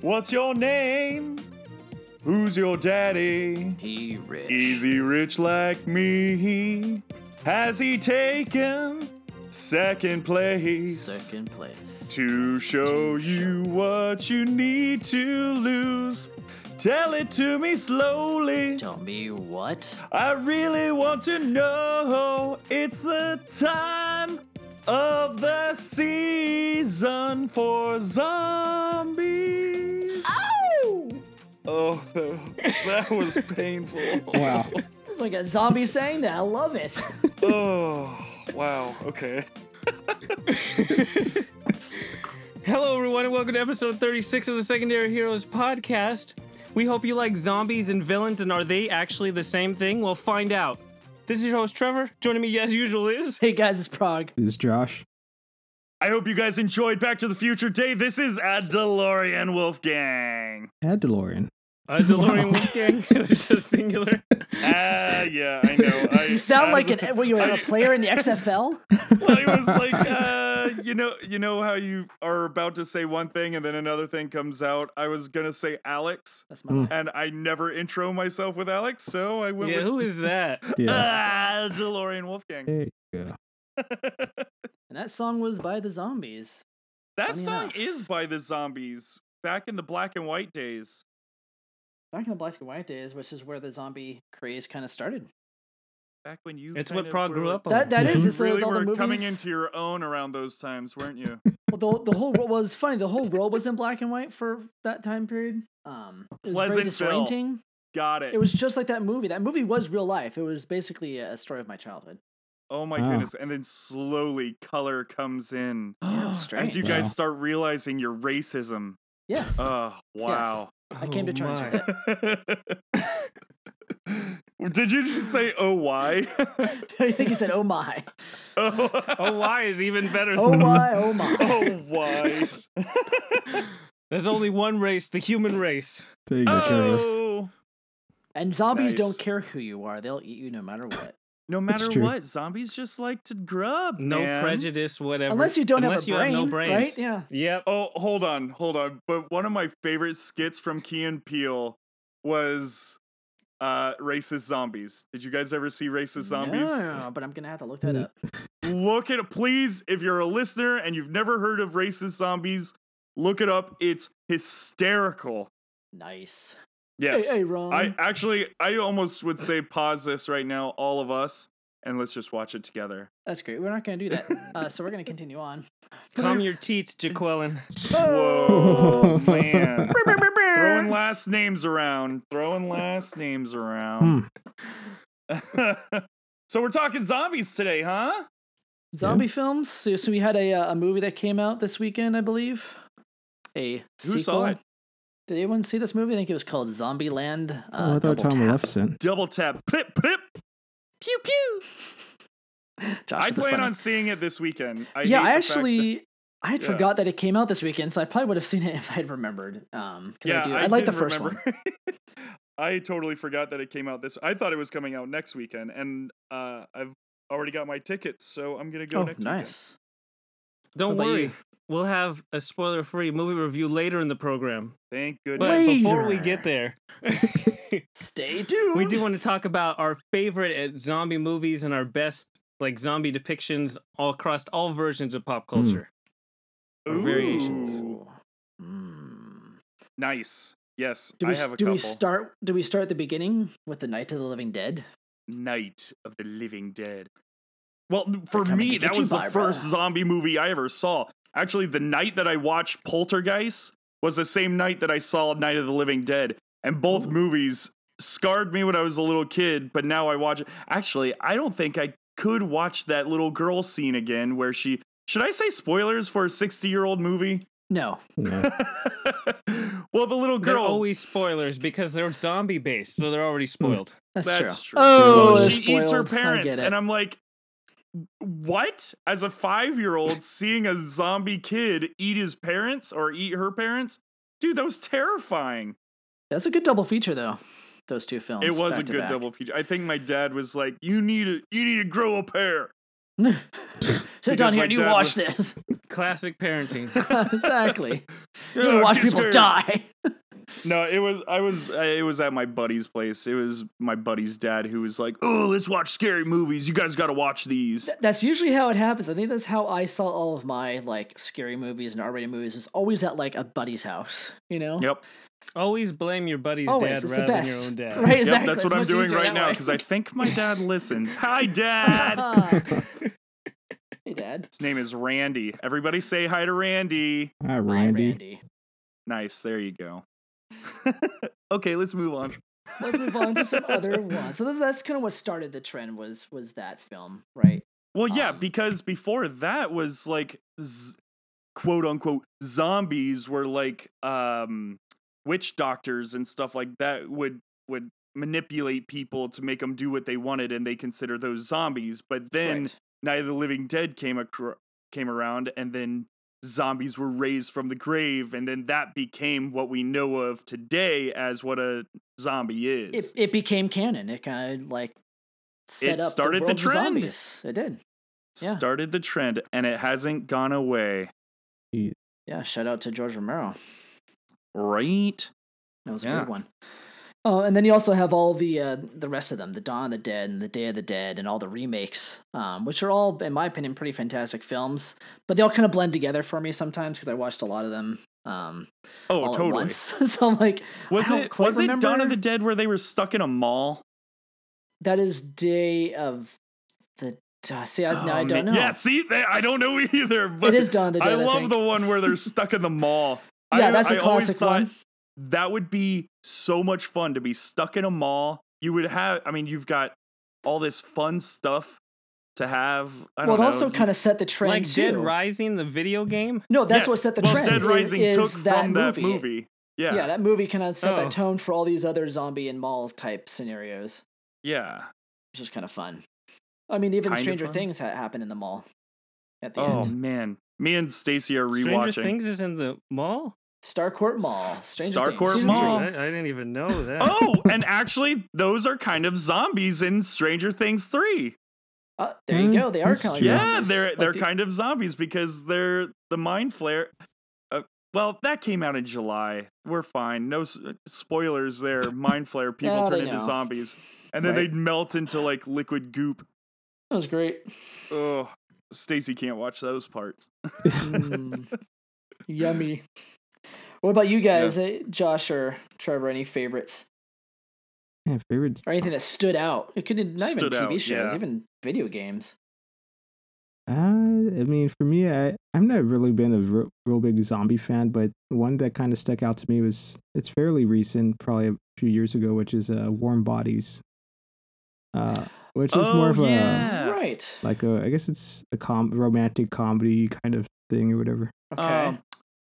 What's your name? Who's your daddy? He rich. Is he rich like me? Has he taken second place Second place. to show To show. you what you need to lose? Tell it to me slowly. Tell me what? I really want to know. It's the time of the season for zombies. Oh! Oh, that, that was painful. Wow. It's like a zombie saying that. I love it. oh, wow. Okay. Hello, everyone, and welcome to episode 36 of the Secondary Heroes podcast. We hope you like zombies and villains, and are they actually the same thing? We'll find out. This is your host, Trevor. Joining me, as usual, is. hey guys, it's Prague. This is Josh. I hope you guys enjoyed Back to the Future Day. This is a DeLorean Wolfgang. And DeLorean. Uh, DeLorean Wolfgang. it was just singular. Ah, yeah, I know. I, You sound I like was- an what you are a player in the XFL. Well, it was like uh, you know, you know how you are about to say one thing and then another thing comes out. I was gonna say Alex, That's Hmm. my. and I never intro myself with Alex, so I went Yeah, with who is that? Yeah. ah, DeLorean Wolfgang. There you go. And that song was by the Zombies. that Funny song enough. is by the Zombies back in the black and white days. Back in the black and white days, which is where the zombie craze kind of started. Back when you It's what kind of Prague were, grew like, up on. That that Yeah. is you it's the- really all the were coming movies- into your own around those times, weren't you? Well, the, the whole world was funny. The whole world was in black and white for that time period. Um, it was very Pleasantville. disorienting. Got it. It was just like that movie. That movie was real life. It was basically a story of my childhood. Oh my Ah. Wow. goodness. And then slowly color comes in Yeah, it was as strange. you Wow. guys start realizing your racism. Yes, Oh, wow. I came to Oh, terms my. with it. Did you just say oh why? I think he said, "Oh my, oh, Oh, why is even better oh than my, oh my." oh why? There's only one race, the human race. There you go, Trevor. oh. And zombies Nice. don't care who you are; they'll eat you no matter what. No matter true. what, zombies just like to grub. No man. prejudice, whatever. Unless you don't Unless have a you brain, no brains. right? Yeah. Yep. Oh, hold on, hold on. But one of my favorite skits from Key and Peele was uh racist zombies. Did you guys ever see racist zombies? Hmm. No, but I'm gonna have to look that Mm. up. look at please if you're a listener and you've never heard of racist zombies look it up it's hysterical Nice. yes Hey, um hey Ron. i actually i almost would say pause this right now all of us and let's just watch it together That's great. We're not gonna do that. Uh, so we're gonna continue on. Calm your teats, Jaqueline. Oh. whoa man throwing last names around throwing last names Hmm. Hmm. around Oh, so we're talking zombies today huh Zombie films. So, so we had a uh, a movie that came out this weekend, I believe. A saw sequel. it? Did anyone see this movie? I think it was called Zombieland. Uh, oh, I thought Double Tom Tap. Maleficent. double tap pip pip Pew pew. Josh i with the plan funny. on seeing it this weekend I yeah, hate I the fact that- actually I had Yeah. forgot that it came out this weekend, so I probably would have seen it if I had remembered. Um, 'cause I, do. I, like the didn't first one. remember. I totally forgot that it came out this. I thought it was coming out next weekend, and uh, I've already got my tickets, so I'm gonna go Oh, next. weekend. nice. Don't What about worry. you? We'll have a spoiler free movie review later in the program. Thank But goodness. before we get there, Stay tuned. we do want to talk about our favorite uh, zombie movies and our best like zombie depictions all across all versions of pop Hmm. culture. or variations. Ooh, Mm. Nice. Yes, Do we, I have a do couple. we start? Do we start at the beginning with the Night of the Living Dead? Night of the Living Dead. Well, n- for coming me, to that get you, was the Barbara. first zombie movie I ever saw. Actually, the night that I watched Poltergeist was the same night that I saw Night of the Living Dead, and both movies scarred me when I was a little kid. But now I watch it. Actually, I don't think I could watch that little girl scene again where she. Should I say spoilers for a sixty-year-old movie? No. No. well, the little They're girl. always spoilers because they're zombie based, so they're Hmm. already spoiled. That's, That's true. true. Oh, Well, they're she eats her spoiled. I parents, get it. and I'm like, what? As a five year old, seeing a zombie kid eat his parents or eat her parents, dude, that was terrifying. That's a good double feature, though. Those two films. it was back a to good back. double feature. I think my dad was like, you need to, you need to grow a pair. Sit Because down my here and you dad watch was- this. Classic parenting. exactly. You You watch people die. Oh, No, it was I was uh, it was at my buddy's place. It was my buddy's dad who was like, "Oh, let's watch scary movies. You guys got to watch these." That's usually how it happens. I think that's how I saw all of my like scary movies and R-rated movies. It's always at like a buddy's house, you know. Yep. Always blame your buddy's Always, dad it's rather the than best, your own dad. right? Exactly. Yep, that's It's what I'm much doing easier right that now way. cuz I think my dad listens. Hi dad. hey, Dad. His name is Randy. Everybody say hi to Randy. Hi, Hi, Randy. Randy. Nice. There you go. okay, let's move on. Let's move on to some other ones. So that's, that's kind of what started the trend was was that film, right? Well, yeah, Um, because before that was like z- quote unquote zombies were like um witch doctors and stuff like that would would manipulate people to make them do what they wanted and they consider those zombies. But then Right. Night of the Living Dead came acro- came around and then zombies were raised from the grave and then that became what we know of today as what a zombie is. it, it became canon. It kind of like set It up started the the, world of trend. Zombies. It did. yeah. Started the trend and it hasn't gone away. Yeah. Shout out to George Romero. Right? That was a Yeah. good one. Oh, and then you also have all the uh, the rest of them: the Dawn of the Dead and the Day of the Dead, and all the remakes, um, which are all, in my opinion, pretty fantastic films. But they all kind of blend together for me sometimes because I watched a lot of them. Um, Oh, all at totally. once. so I'm like, Was don't it quite was it Dawn of remember. the Dead where they were stuck in a mall? that is Day of the. Uh, see, I, now I Oh, don't ma- know. Yeah, see, they, I don't know either. But it is Dawn of the Dead. I I love think. the one where they're stuck in the mall. Yeah, I, that's a I always classic thought one. That would be so much fun to be stuck in a mall. You would have. I mean, you've got all this fun stuff to have. I well, don't it know. also kind of set the trend. Like Dead too. Rising, the video game. No, that's what Yes, set the well, trend. Dead is- Rising is took that from that movie. movie. Yeah. Yeah, that movie kind of set Oh. that tone for all these other zombie and mall type scenarios, yeah. which is kind of fun. I mean, even Kind of Stranger fun. Things ha- happened in the mall at the Oh end. man, me and Stacy are Stranger rewatching. Things is in the mall. Starcourt Mall. Stranger Things. Starcourt Stranger Mall. I, I didn't even know that. Oh, and actually, those are kind of zombies in Stranger Things three. Uh, there you Hmm, go. They are that's kind of like true. Mm-hmm. yeah, zombies. they're Like they're the- kind of zombies because they're the mind flare. Uh, well, that came out in July. We're fine. No s- uh, spoilers there. Mind flare. People Yeah, turn they into know. zombies, and then Right. they'd melt into like liquid goop. That was great. Oh, Stacy can't watch those parts. Mm. Yummy. What about you guys, eh, Josh or Trevor? Any favorites Yeah, favorites. or anything that stood out? It could not even Stood TV out, shows, yeah. even video games. Uh, I mean, for me, I I've not really been a real, real big zombie fan, but one that kind of stuck out to me was it's fairly recent, probably a few years ago, which is uh, Warm Bodies, uh, which is oh more of a yeah. Right. like a I guess it's a com romantic comedy kind of thing or whatever. Okay. Um,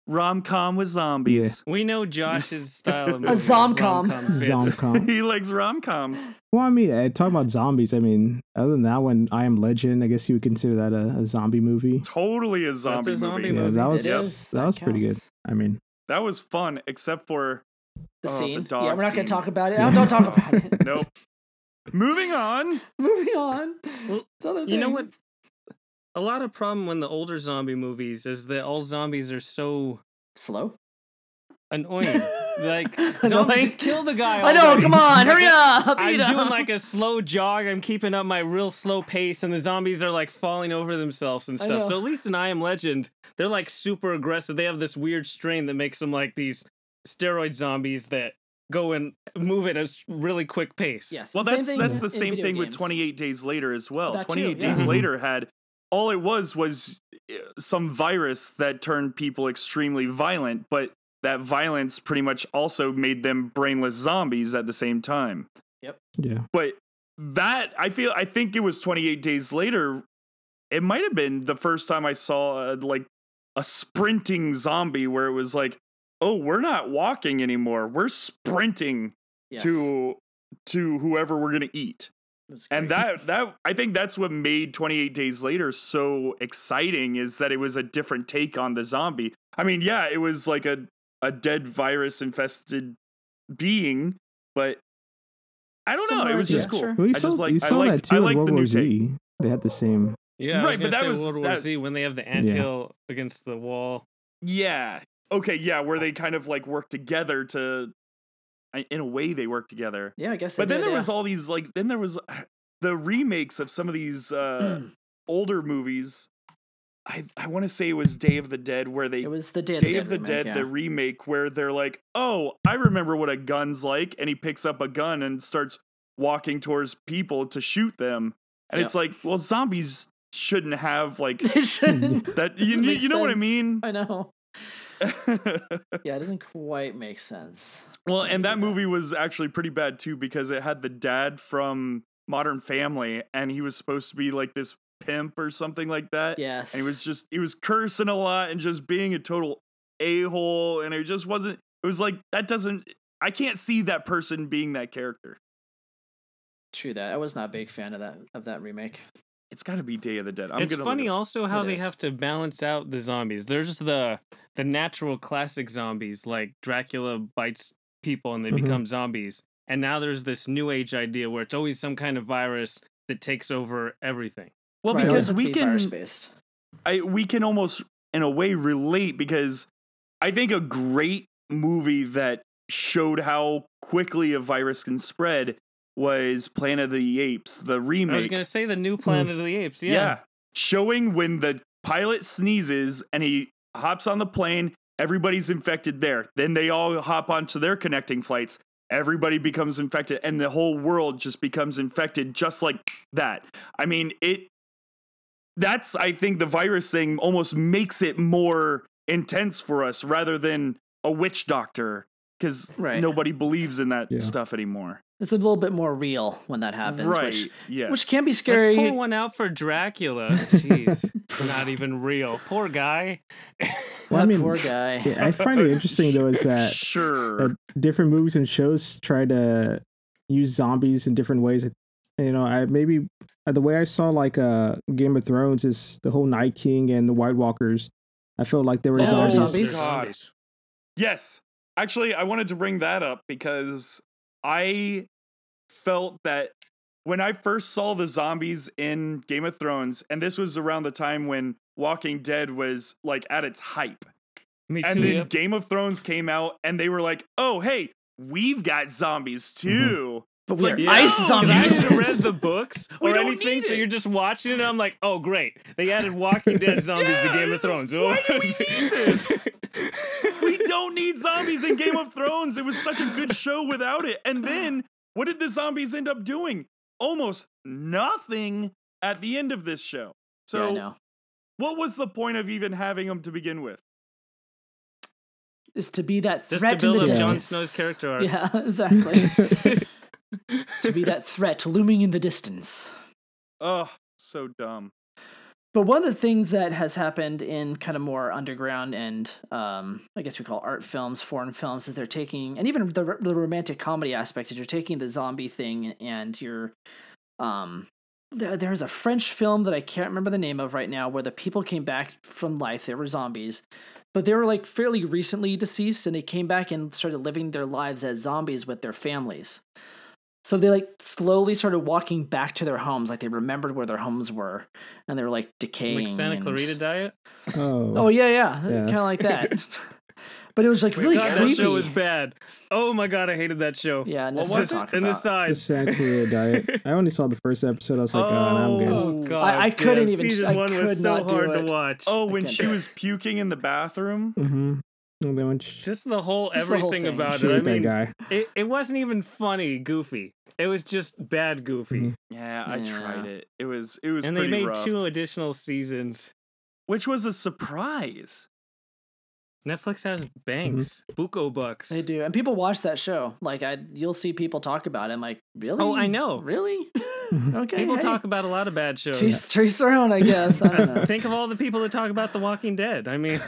Rom com with zombies. We know Josh's style of A movie. zomcom. Rom-com fits. Zomcom. he likes rom coms. well, I mean, I talking about zombies. I mean, other than that one, I Am Legend. I guess you would consider that a, a zombie movie. Totally a zombie, zombie movie. Yeah, movie. that It was is. that That was pretty good. counts. I mean, That was fun, except for the Oh, the scene. dog yeah, we're not scene. going to talk about it. Yeah. Oh, don't talk about it. nope. Moving on. Moving on. Well, to other you know things. what? A lot of problem when the older zombie movies is that all zombies are so Slow. annoying. like Annoying. zombies just kill the guy. I know. already. Come on, Like, hurry I- up. I'm eat doing up. like a slow jog. I'm keeping up my real slow pace, and the zombies are like falling over themselves and I stuff. know. So at least in I Am Legend, they're like super aggressive. They have this weird strain that makes them like these steroid zombies that go and move at a s- really quick pace. Yes. Well, same that's thing that's in- the in same video thing with games. 28 Days Later as well. That too, 28 Days yeah. Mhm. Later had all it was was uh, some virus that turned people extremely violent, but that violence pretty much also made them brainless zombies at the same time. yeah. But that I feel I think it was 28 Days Later. It might have been the first time I saw uh like a sprinting zombie where it was like, "Oh, we're not walking anymore. We're sprinting." Yes. to to whoever we're gonna eat. It was And great. that that I think that's what made 28 Days Later so exciting is that it was a different take on the zombie. I mean, yeah, it was like a a dead virus infested being, but I don't know. It Similar was just Yeah. cool. structure. Well, you I saw, just like you I saw liked, that too I in liked World the new War take. Z. They had the same. Yeah, Right, right. but But that was- World War that- Z when they have the Yeah. anthill against the wall. Yeah. Okay, yeah, where they kind of like work together to I- in a way they work together. Yeah, I guess. But they then did, there yeah. was all these like then there was uh, the remakes of some of these uh Mm. older movies. I I want to say it was Day of the Dead where they it was the Day of the Day Dead. of the remake, Dead yeah. the remake where they're like, "Oh, I remember what a gun's like." And he picks up a gun and starts walking towards people to shoot them. And Yeah. it's like, "Well, zombies shouldn't have like It shouldn't- that you you, Makes you know what I sense. mean?" I know. Yeah, it doesn't quite make sense. Well, and that movie was actually pretty bad too because it had the dad from Modern Family and he was supposed to be like this pimp or something like that. Yes. And he was just he was cursing a lot and just being a total a-hole and it just wasn't it was like that doesn't I can't see that person being that character. true that I was not a big fan of that of that remake. It's got to be Day of the Dead. I'm it's gonna look funny it- also how It they is. have to balance out the zombies. There's just the the natural classic zombies like Dracula bites people and they Mm-hmm. Mhm. become zombies. And now there's this new age idea where it's always some kind of virus that takes over everything. well Right, it because was we pretty can virus-based. I we can almost in a way relate because I think a great movie that showed how quickly a virus can spread was Planet of the Apes, the remake. Hmm. I was going to say the new Planet of the Apes. Yeah. Showing when the pilot sneezes and he hops on the plane, everybody's infected there. Then they all hop onto their connecting flights. Everybody becomes infected and the whole world just becomes infected just like that. I mean, it that's I think the virus thing almost makes it more intense for us rather than a witch doctor cuz Right. nobody believes in that Yeah. stuff anymore. It's a little bit more real when that happens, right. which, yes. which can be scary. Let's pull one out for Dracula. Jeez. Not even real. Poor guy. Well, That I mean, poor guy. yeah, I find it interesting though is that sure. that different movies and shows try to use zombies in different ways. You know, I maybe uh, the way I saw like uh Game of Thrones is the whole Night King and the White Walkers. I felt like there were Oh, zombies. zombies. They're zombies. Yes. Actually, I wanted to bring that up because I felt that when I first saw the zombies in Game of Thrones, and this was around the time when Walking Dead was like at its hype. Me too. And then yep. Game of Thrones came out and they were like, oh, hey, we've got zombies too. but It's we're like, ice no, 'Cause I zombies. haven't read the books We or don't anything, need so it. you're just watching it. And I'm like, oh great, they added Walking Dead zombies Yeah, to Game it's like, of Thrones. why do we need this? we don't need zombies in Game of Thrones. It was such a good show without it. And then what did the zombies end up doing? Almost nothing at the end of this show. yeah, I So know. what was the point of even having them to begin with? Is to be that Just threat to build in up the Jon Jon distance. Snow's character arc. Yeah, exactly. to be that threat looming in the distance. Oh, so dumb. But one of the things that has happened in kind of more underground and um, I guess we call art films, foreign films, is they're taking, and even the, the romantic comedy aspect is you're taking the zombie thing and you're, um, there, there's a French film that I can't remember the name of right now where the people came back from life, they were zombies, but they were like fairly recently deceased and they came back and started living their lives as zombies with their families. So they like slowly started walking back to their homes, like they remembered where their homes were, and they were like decaying. Like Santa and- Clarita Diet. Oh Oh, yeah, yeah, Yeah. kind of like that. but it was like really God, creepy. that show was bad. Oh my god, I hated that show. yeah, Well, no, it's what's Just not an about. aside. the Santa Clarita Diet. I only saw the first episode. I was like, oh, no, I'm good. Oh god, I- I couldn't yeah, even- Season I one was could so not do hard it. to watch. Oh, when can't she do it. was puking in the bathroom. Mm-hmm. And then when she just the whole Just the whole everything thing. about she it. I hit that mean, guy. it, it wasn't even funny, goofy. It was just bad, goofy. Mhm. Yeah, I tried Yeah. it. It was it was and they pretty made rough, two additional seasons. which was a surprise. Netflix has banks, buco bucks. Mm-hmm. They do, and people watch that show. Like I, you'll see people talk about it. I'm like, really? Oh, I know. Really? okay. People hey. talk about a lot of bad shows. She's Teresa own, I guess. I don't know. Think of all the people that talk about The Walking Dead. I mean,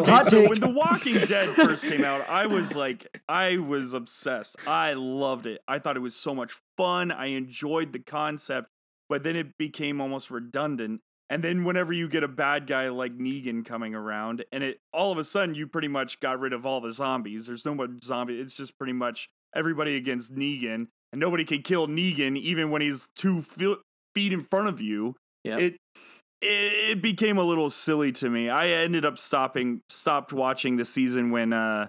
Okay, hot so take. when The Walking Dead first came out, I was like, I was obsessed. I loved it. I thought it was so much fun. I enjoyed the concept, but then it became almost redundant. And then whenever you get a bad guy like Negan coming around, and it all of a sudden you pretty much got rid of all the zombies. There's no more zombie. It's just pretty much everybody against Negan, and nobody can kill Negan even when he's two fe- feet in front of you Yep. it it it became a little silly to me. I ended up stopping stopped watching the season when uh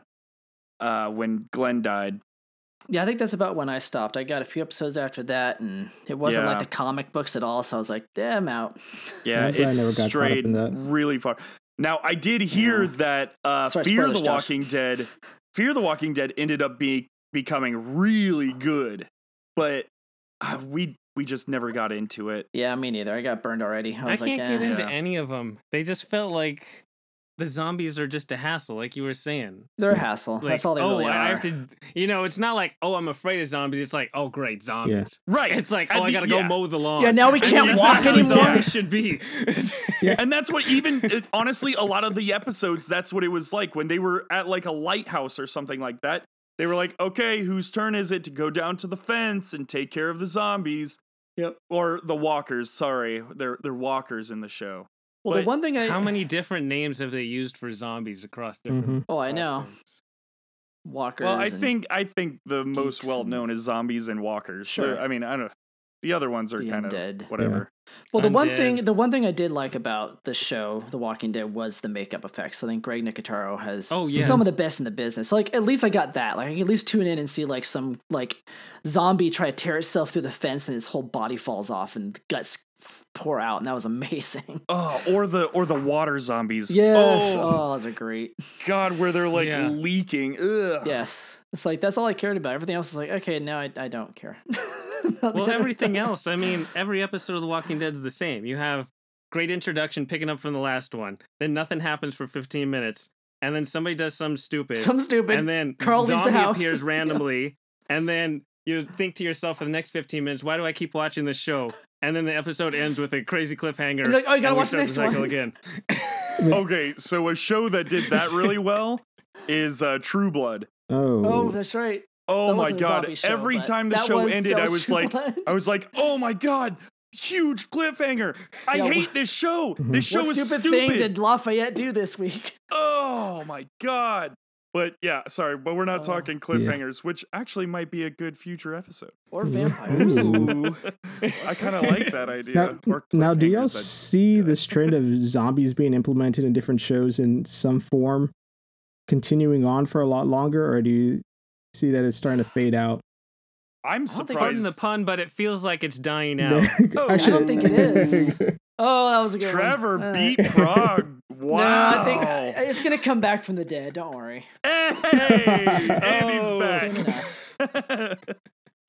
uh, when Glenn died. Yeah, I think that's about when I stopped. I got a few episodes after that, and it wasn't Yeah. like the comic books at all. So I was like, "Yeah, I'm out." Yeah, I'm glad I it's never got caught up strayed in that. really far. Now I did hear Yeah. that uh, Sorry, Fear spoilers, the Josh. Walking Dead, Fear the Walking Dead ended up being becoming really good, but uh, we we just never got into it. Yeah, me neither. I got burned already. I I, was can't like, get "Eh." into Yeah. any of them. They just felt like the zombies are just a hassle, like you were saying. "They're a hassle." that's Like, all they oh, really I are. I have to, you know, it's not like, oh, I'm afraid of zombies. It's like, oh, great, zombies. Right. It's like, At oh, I the- gotta go yeah. mow the lawn. Yeah, now we And can't that's walk not how anymore. Zombies should be. And that's what even it- honestly, a lot of the episodes, that's what it was like when they were at like a lighthouse or something like that. They were like, okay, whose turn is it to go down to the fence and take care of the zombies? Yep. Or the walkers, sorry. They're they're walkers in the show. well, the but one thing I how many different names have they used for zombies across different? Mhm. Oh, I know. platforms? Walkers. Well, I and- think I think the most geeks well and- known is zombies and walkers. Sure. Sure. I mean, I don't the other ones are The kind undead. of whatever. Well, the one Undead. thing the one thing I did like about the show, The Walking Dead, was the makeup effects. I think Greg Nicotero has Oh, some yes. of the best in the business. Like at least I got that. Like I can at least tune in and see like some like zombie try to tear itself through the fence and its whole body falls off and the guts f- pour out, and that was amazing. Oh, or the or the water zombies. Yes. Oh, Oh, those are great. God, where they're like Yeah. leaking. Ugh. Yes. It's like that's all I cared about. Everything else is like, okay, now I, I don't care. Well, everything else. I mean, every episode of The Walking Dead's the same. You have great introduction picking up from the last one. Then nothing happens for 15 minutes, and then somebody does some stupid. Some stupid and then Carl leaves the zombie house. appears Yeah. randomly, and then you think to yourself for the next 15 minutes, why do I keep watching this show? And then the episode ends with a crazy cliffhanger. You're like, "Oh, you gotta and we watch the start next cycle one." again. Okay, so a show that did that really well is uh, True Blood. Oh, Oh, that's right. Oh That my wasn't a god! zombie show, Every but time the that show was- ended, that I was True like, Blood. I was like, oh my god, huge cliffhanger! I Yeah, wh- hate this show. Mhm. This show what is stupid, stupid. thing did Lafayette do this week? oh my god! But yeah, sorry, but we're not Oh. talking cliffhangers, which actually might be a good future episode. Or Yeah. vampires? Ooh. I kind of like that idea. Now, Or now, do cliffhangers, y'all I'd- see this trend of zombies being implemented in different shows in some form continuing on for a lot longer, or do you see that it's starting to fade out? I'm don't think surprised. Pardon the pun, but it feels like it's dying out. Oh, I don't think it is. Oh, that was a good Trevor one. Uh, beat Frog. Wow! No, I think uh, it's gonna come back from the dead. Don't worry. Hey, Andy's Oh. back. Soon enough.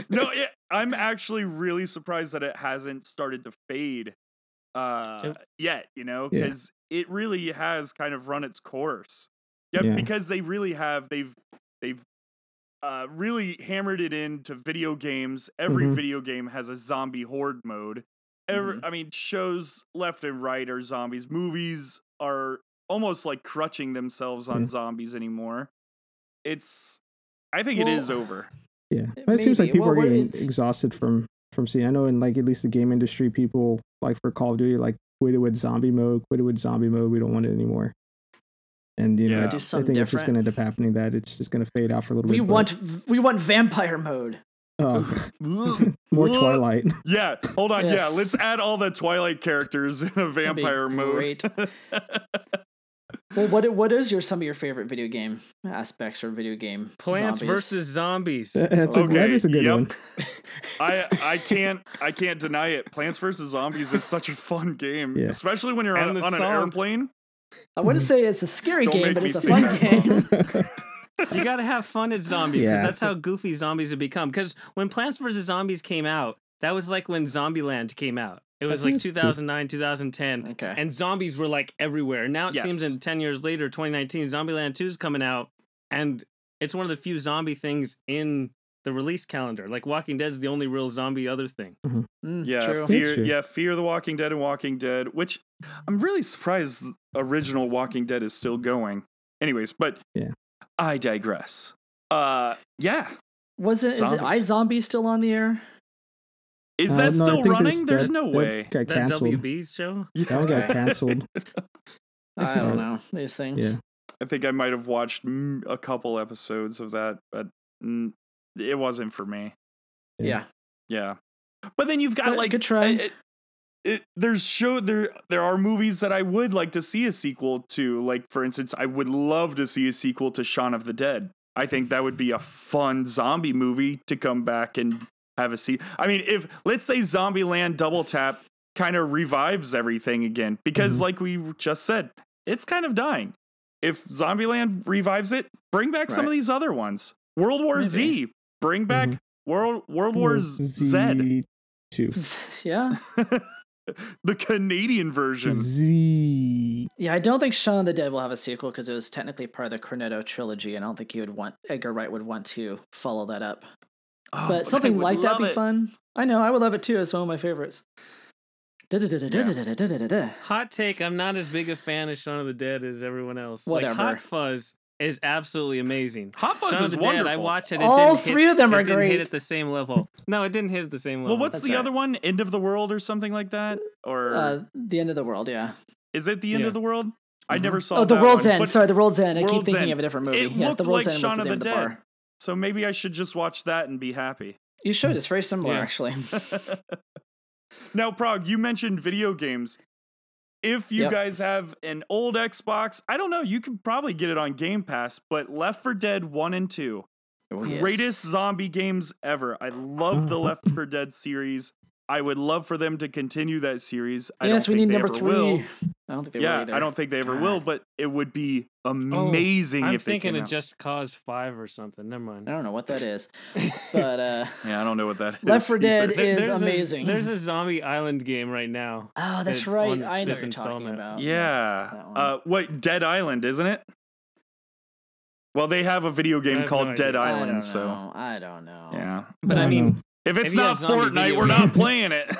no, it, I'm actually really surprised that it hasn't started to fade uh, Yep. yet. You know, Yeah. because it really has kind of run its course. Yep, Yeah. because they really have. They've they've uh, really hammered it into video games. Every Mhm. video game has a zombie horde mode. Every, I mean, shows left and right are zombies. Movies are almost like crutching themselves on Yeah. zombies anymore. It's, I think it Well, is over. Yeah, but it seems like Maybe. people Well, are what getting it's- exhausted from from seeing. I know in like at least the game industry, people like for Call of Duty, like quitted with zombie mode, quitted with zombie mode. We don't want it anymore. And Yeah. you know, Do I think something it's just different. gonna end up happening that it's just gonna fade out for a little We bit. but, want v- we want vampire mode. uh, more Ugh. Twilight. Yeah, hold on. Yeah, Yes. let's add all the Twilight characters in a That'd be vampire mode. Great. well, what what is your some of your favorite video game aspects or video game Plants zombies? versus zombies. That- That's a, that Okay, is a good yep. one. I I can't I can't deny it. Plants vs Zombies is such a fun game, Yeah. especially when you're And on, the on an song. airplane. I wouldn't say it's a scary Don't game, make but me it's a sing fun that Uh, game. you gotta have fun at zombies because Yeah. that's how goofy zombies have become. Because when Plants vs Zombies came out, that was like when Zombieland came out. It was like 2009, 2010, Okay. and zombies were like everywhere. Now it seems Yes. in 10 years later, 2019, Zombieland 2 is coming out, and it's one of the few zombie things in the release calendar. Like Walking Dead is the only real zombie other thing. Mm, Yeah, true. fear. True. Yeah, Fear the Walking Dead and Walking Dead, which I'm really surprised the original Walking Dead is still going. Anyways, but Yeah. I digress. Uh, yeah, Wasn't is it I Zombies. Zombie still on the air? is Uh, that no, I still think running? There's, that- no that way. Got That canceled. WB's show? That one got canceled. I don't know these things. Yeah. I think I might have watched mm, a couple episodes of that, but mm, it wasn't for me. Yeah. Yeah. Yeah, but then you've got But like good try. I- it- it- there's show there there are movies that I would like to see a sequel to. Like for instance, I would love to see a sequel to Shaun of the Dead. I think that would be a fun zombie movie to come back and have a seat. I mean, if let's say Zombieland Double Tap kind of revives everything again, because Mm-hmm. Mhm. like we just said, it's kind of dying. If Zombieland revives it, bring back some of Right. these other ones. World War Z, bring back Mhm. World World War Z, Z two yeah, the Canadian version. Z. yeah. I don't think Shaun of the Dead will have a sequel because it was technically part of the Cornetto trilogy, and I don't think he would want Edgar Wright would want to follow that up. Oh, but something would like that be love it. fun. I know, I would love it too. It's one of my favorites. Da-da-da-da-da-da-da-da-da-da. Hot take: I'm not as big a fan of Shaun of the Dead as everyone else. Like Whatever. Hot Fuzz is absolutely amazing. Hot Fuzz Shaun is of the wonderful. Dead, I watched it. it All didn't hit- three of them it are didn't Hit great. at the same level. No, it didn't hit at the same level. Well, what's That's the right. other one? End of the world or something like that? Or Uh, the end of the world, yeah. is it the end yeah. of the world? I never saw. Oh, the that world's one, end. but- Sorry, the world's end. I keep World's thinking End. of a different movie. It yeah, looked the world's like end Shaun was of the the name Dead. of the bar. So maybe I should just watch that and be happy. You should. It's very similar, Yeah. actually. Now, Prague, you mentioned video games. If you Yep. guys have an old Xbox, I don't know, you could probably get it on Game Pass, but Left 4 Dead 1 and 2, greatest zombie games ever. I love the Left 4 Dead series. I would love for them to continue that series. I yes, don't we think need they number ever three. will. I don't think they Yeah, will either. I don't think they ever God. Oh, will, but it would be amazing I'm if they thinking came of out. Just Cause Five or something. Never mind. I don't know what that is, but uh, Yeah, I don't know what that is. Left 4 Dead either. There- is there's amazing. A, there's a zombie island game right now. oh, that's It's right. on I know what this you're talking installment. about. Yes, Yeah. Oh, that one. Uh, what Dead Island, isn't it? Well, they have a video I game have called no Dead idea. I don't Island, so know. I don't know. yeah. But I don't mean, know. If it's you not have zombie Fortnite, video we're not games- playing it.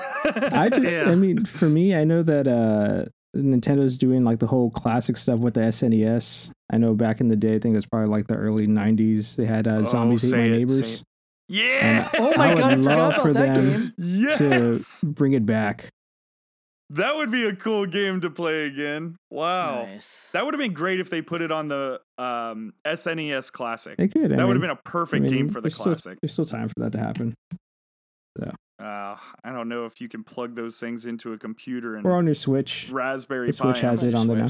I just, Yeah. I mean, for me, I know that uh, Nintendo's doing like the whole classic stuff with the SNES. I know back in the day, I think it was probably like the early '90s. They had uh, Oh, zombies hate say my it, say neighbors it. yeah. Oh I my would god, I love forgot for about that them- game. to Yes. bring it back. That would be a cool game to play again. Wow. Nice. That would have been great if they put it on the um, SNES Classic. They could. I that would have mean- been a perfect I mean, game for the there's still- classic. there's still time for that to happen, Uh, I don't know if you can plug those things into a computer and or on your Switch. Raspberry The Switch Pi. has it on there now.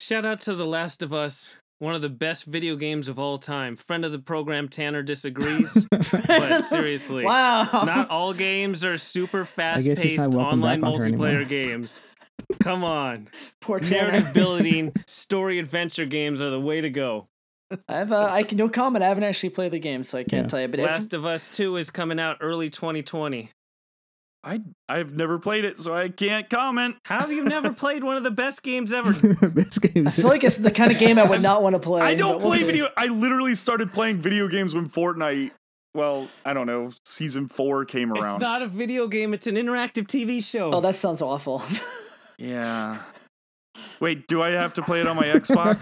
Shout out to The Last of Us, one of the best video games of all time. Friend of the program Tanner disagrees, but seriously, wow. not all games are super guess fast he's not paced welcome online back on her anymore. multiplayer games. Come on. Poor Tanner. Narrative building, story adventure games are the way to go. I've uh, I can no comment. I haven't actually played the game, so I can't Yeah. tell you. But Last it's of Us 2 is coming out early 2020. I I've never played it, so I can't comment. How have you never played one of the best games ever? Best I games. feel like it's the kind of game I would not want to play. I don't but we'll play see. video. I literally started playing video games when Fortnite. Well, I don't know. Season four came It's around. not a video game, it's an interactive TV show. Oh, that sounds awful. yeah. Wait, do I have to play it on my Xbox?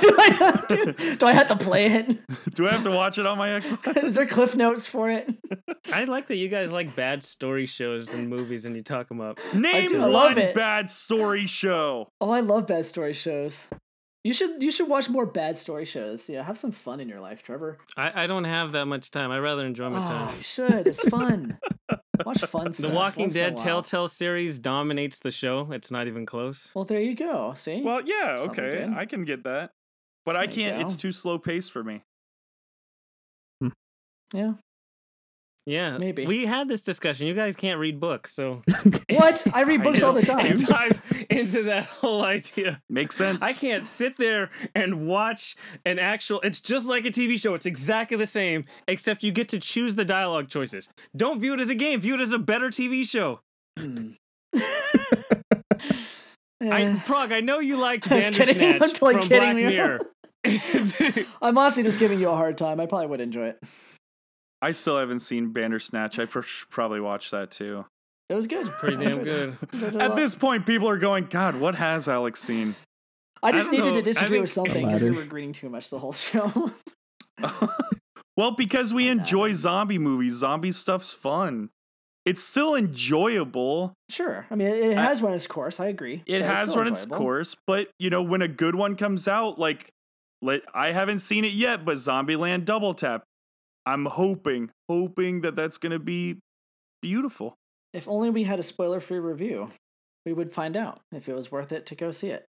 do, I have to, do I have to play it? do I have to watch it on my Xbox? Is there cliff notes for it? I like that you guys like bad story shows and movies and you talk them up. Name do, I love one it. bad story show. Oh, I love bad story shows. You should you should watch more bad story shows. Yeah, have some fun in your life, Trevor. I, I don't have that much time. I rather enjoy my Oh, time. you should. It's fun. Watch fun The stuff. Walking once in a Dead while. Telltale series dominates the show. It's not even close. Well, there you go. See. Well, yeah, Something okay, good. I can get that, but I There you can't. It's go. too slow paced for me. yeah. Yeah, Maybe. we had this discussion. You guys can't read books, so What? I read I books all the know. time. it dives into that whole idea. Makes sense. I can't sit there and watch an actual. It's just like a TV show. It's exactly the same, except you get to choose the dialogue choices. Don't view it as a game. View it as a better TV show. I, Eh. Frog, I know you liked I was kidding. Bandersnatch I'm totally from kidding Black you. Mirror. I'm honestly just giving you a hard time. I probably would enjoy it. I still haven't seen Bandersnatch. I pr- should probably watch that too. It was good. Pretty damn good. Enjoyed it a At lot. this point, people are going, God, what has Alex seen? I just don't needed know. I to disagree think- with something because we Aladdin. were greeting too much the whole show. well, because we I know. enjoy zombie movies, zombie stuff's fun. It's still enjoyable. sure. I mean, it, it has run its course. I agree. It but it's has still run its enjoyable. course, but you know, when a good one comes out, like let, I haven't seen it yet, but Zombieland Double Tap. I'm hoping, hoping that that's going to be beautiful. If only we had a spoiler free review, we would find out if it was worth it to go see it.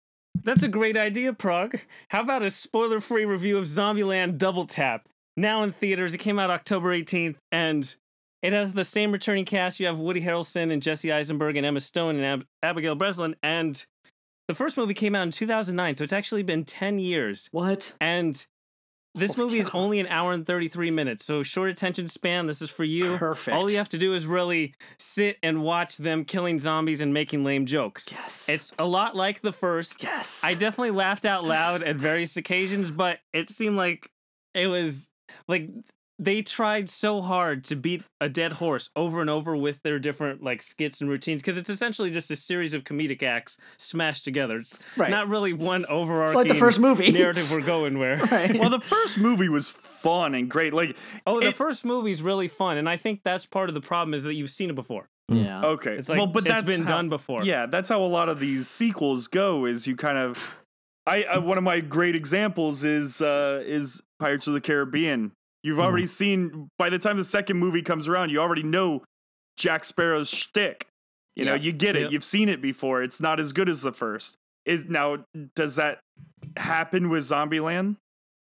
That's a great idea, Prague. How about a spoiler free review of Zombieland Double Tap? Now in theaters, it came out October 18th, and it has the same returning cast. You have Woody Harrelson and Jesse Eisenberg and Emma Stone and Ab- Abigail Breslin. And the first movie came out in 2009, so it's actually been 10 years. What? And this Holy movie is cow. only an hour and 33 minutes, so short attention span. This is for you. Perfect. All you have to do is really sit and watch them killing zombies and making lame jokes. Yes. It's a lot like the first. yes. I definitely laughed out loud at various occasions, but it seemed like it was like they tried so hard to beat a dead horse over and over with their different like skits and routines because it's essentially just a series of comedic acts smashed together. It's Right. not really one overarching it's like the first movie. narrative we're going where. right. Well, the first movie was fun and great. Like, Oh, the It- first movie's really fun, and I think that's part of the problem is that you've seen it before. yeah. okay, It's like well, but it's that's been how- done before. Yeah, that's how a lot of these sequels go. Is you kind of, I, I one of my great examples is uh is Pirates of the Caribbean. You've Mm-hmm. Mhm. already seen by the time the second movie comes around, you already know Jack Sparrow's shtick. You know, Yep. you get it. Yep. You've seen it before. It's not as good as the first. Is now does that happen with Zombieland?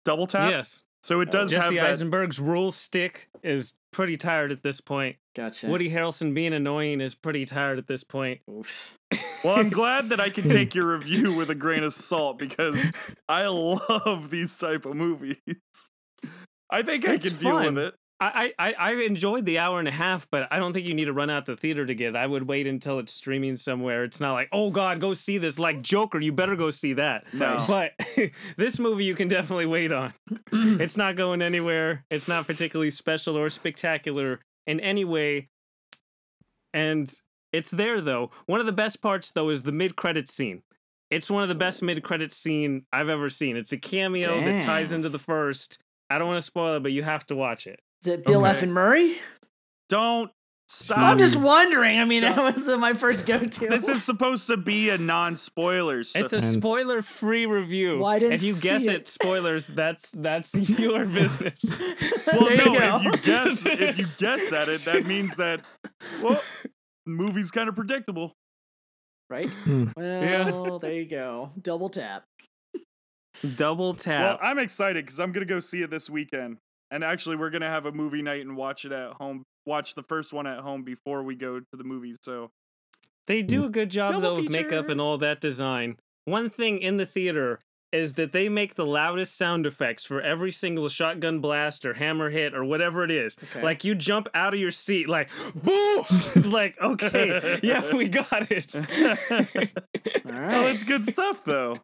Double tap. Yes. So it does Jesse have that. Eisenberg's rule stick is pretty tired at this point. Gotcha. Woody Harrelson being annoying is pretty tired at this point. Oof. Well, I'm glad that I can take your review with a grain of salt because I love these type of movies. I think I It's can deal fun. with it. I, I, I I enjoyed the hour and a half, but I don't think you need to run out the theater to get it. I would wait until it's streaming somewhere. It's not like, oh God, go see this. Like Joker, you better go see that. No. But this movie you can definitely wait on. it's not going anywhere. It's not particularly special or spectacular in any way. And it's there though. One of the best parts though is the mid-credit scene. It's one of the best mid-credit scene I've ever seen. It's a cameo that ties Damn. into the first. I don't want to spoil it, but you have to watch it. Is it Bill Okay. F. and Murray? Don't I'm stop. Jeez. just wondering. I mean, that was uh, my first go-to. This is supposed to be a non-spoiler. So It's a And- spoiler-free review. Well, I didn't if you guess see it. it. spoilers, that's that's your business. well, there no, you go. if you guess if you guess at it, that means that well, movie's kind of predictable. right? Hmm. Yeah. Well, there you go. Double tap. Double Well, tap. I'm excited because I'm gonna go see it this weekend. And actually, we're gonna have a movie night and watch it at home. Watch the first one at home before we go to the movies. So they do a good job Mm. Double though with makeup feature. and all that design. One thing in the theater is that they make the loudest sound effects for every single shotgun blast or hammer hit or whatever it is. Okay. Like you jump out of your seat, like boo! it's like okay, yeah, we got it. All oh, right. it's good stuff though.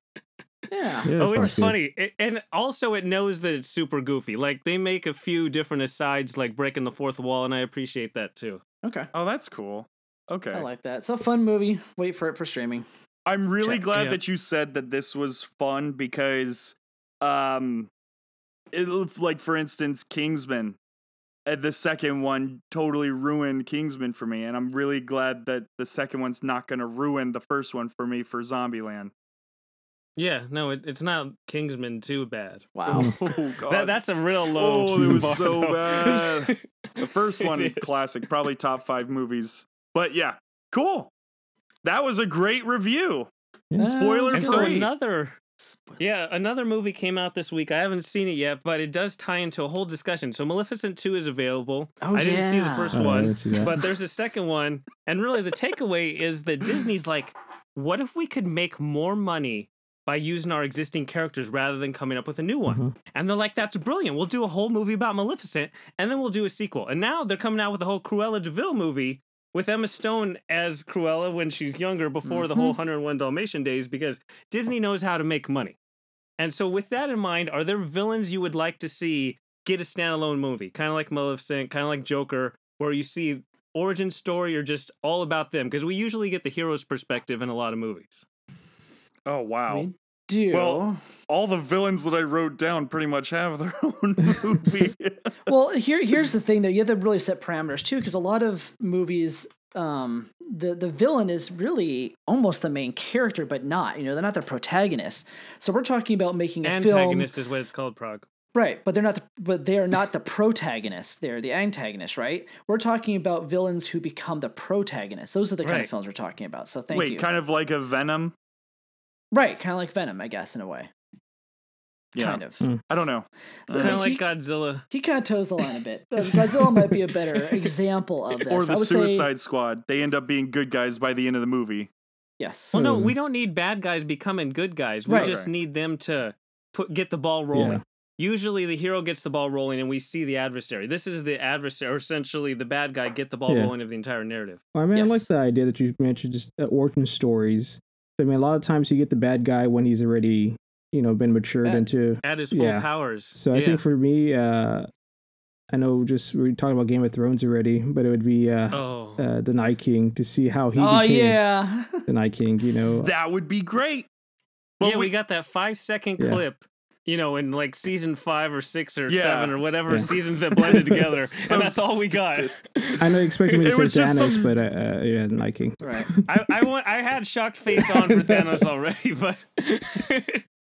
yeah. Yeah, oh, sounds it's good. funny. It, and also, it knows that it's super goofy. Like, they make a few different asides, like breaking the fourth wall, and I appreciate that too. Okay. Oh, that's cool. Okay. I like that. It's a fun movie. Wait for it for streaming. I'm really Check. glad Yeah. that you said that this was fun because, um, it, like for instance, Kingsman, uh, the second one totally ruined Kingsman for me, and I'm really glad that the second one's not going to ruin the first one for me for Zombieland. Yeah, no, it, it's not Kingsman too bad. Wow. Oh god, That, that's a real low. Oh, it was bar, so though. bad. the first It one is. classic, probably top five movies. But yeah, cool. That was a great review. Yeah. Spoiler And so free. another. Spoil- Yeah, another movie came out this week. I haven't seen it yet, but it does tie into a whole discussion. So Maleficent 2 is available. Oh, I didn't see the yeah. first Oh, I one. didn't see that. but there's a second one and really the takeaway is that disney's like what if we could make more money by using our existing characters rather than coming up with a new one Mhm. and they're like that's brilliant we'll do a whole movie about maleficent and then we'll do a sequel and now they're coming out with a whole cruella deville movie with Emma Stone as Cruella when she's younger, before the whole 101 Dalmatian days, because Disney knows how to make money. And so, with that in mind, are there villains you would like to see get a standalone movie, kind of like Maleficent, kind of like Joker, where you see origin story or just all about them? Because we usually get the hero's perspective in a lot of movies. Oh wow. We do. Well- Well, all the villains that I wrote down pretty much have their own movie. here here's the thing though. You have to really set parameters too, because a lot of movies, um, the the villain is really almost the main character, but not. You know, they're not the protagonist. So we're talking about making a film. Antagonist is what it's called, Prague. Right, but they're not. The, but they are not the protagonist. They're the antagonist, right? We're talking about villains who become the protagonists. Those are the kind Right. of films we're talking about. So thank Wait, you. kind of like a Venom. Right, kind of like Venom, I guess, in a way. Yeah, uh, Kind of. Mm. I don't know. But Kind of he- like Godzilla. He kind of toes the line a bit. Godzilla might be a better example of this. Or I the would Say, Suicide Squad. They end up being good guys by the end of the movie. yes. Well, no, Hmm. we don't need bad guys becoming good guys. We Right. just need them to put get the ball rolling. Usually, the hero gets the ball rolling, and we see the adversary. This is the adversary, or essentially the bad guy, get the ball Yeah. rolling of the entire narrative. Well, I mean, I like Yes. the idea that you mentioned just uh, origin stories. I mean, a lot of times you get the bad guy when he's already, you know, been matured Yeah. into. At his full Yeah. powers. So I Yeah. think for me, uh, I know just we are talking about Game of Thrones already, but it would be uh, oh, uh, the Night King to see how he Oh became yeah. the Night King. You know, That would be great. But yeah, we, we, got that five second Yeah. clip. You know, in like season five or six or Yeah. seven or whatever Yeah. seasons that blended together, So and that's all we got. stupid. I know you expected me to It was say just Thanos, some- but uh, uh, yeah, the Night King. right. I, I want. I had shocked face on for Thanos already, but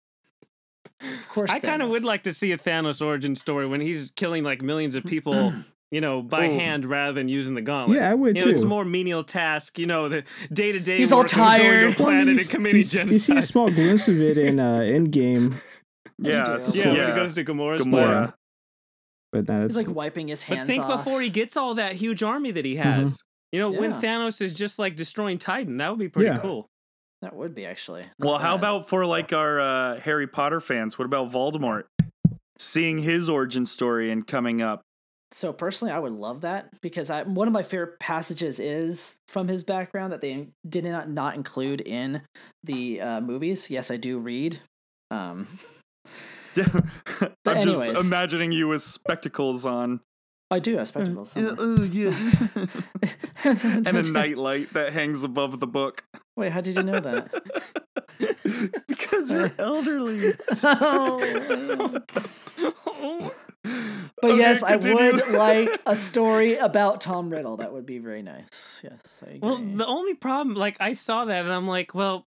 Of course. I kind of Thanos. would like to see a Thanos origin story when he's killing like millions of people, you know, by Oh. hand rather than using the gauntlet. Yeah, I would you know, too. it's more menial task. You know, the day to day. He's all Going to a tired. Well, I mean, planet you and s- committing you s- You see a genocide. small glimpse of it in uh, Endgame, yeah, Yeah, so- yeah, yeah, when he goes to Gamora's planet. Gamora. but no, He's that's like wiping his hands. But think off. before he gets all that huge army that he has. You know, when Yeah. Thanos is just like destroying Titan, that would be pretty Yeah. cool. That would be actually. not Well, how bad. about for like our uh, Harry Potter fans? What about Voldemort? Seeing his origin story and coming up. So personally, I would love that because I one of my favorite passages is from his background that they did not not include in the uh, movies. Yes, I do read. Um, I'm But just anyways. imagining you with spectacles on I do Mm. have spectacles. somewhere. and a nightlight that hangs above the book. Wait, how did you know that? because you're elderly. Oh But Okay, yes, I would continue. like a story about Tom Riddle. That would be very nice. Yes, I agree. Well, the only problem, like, I saw that and I'm like, well,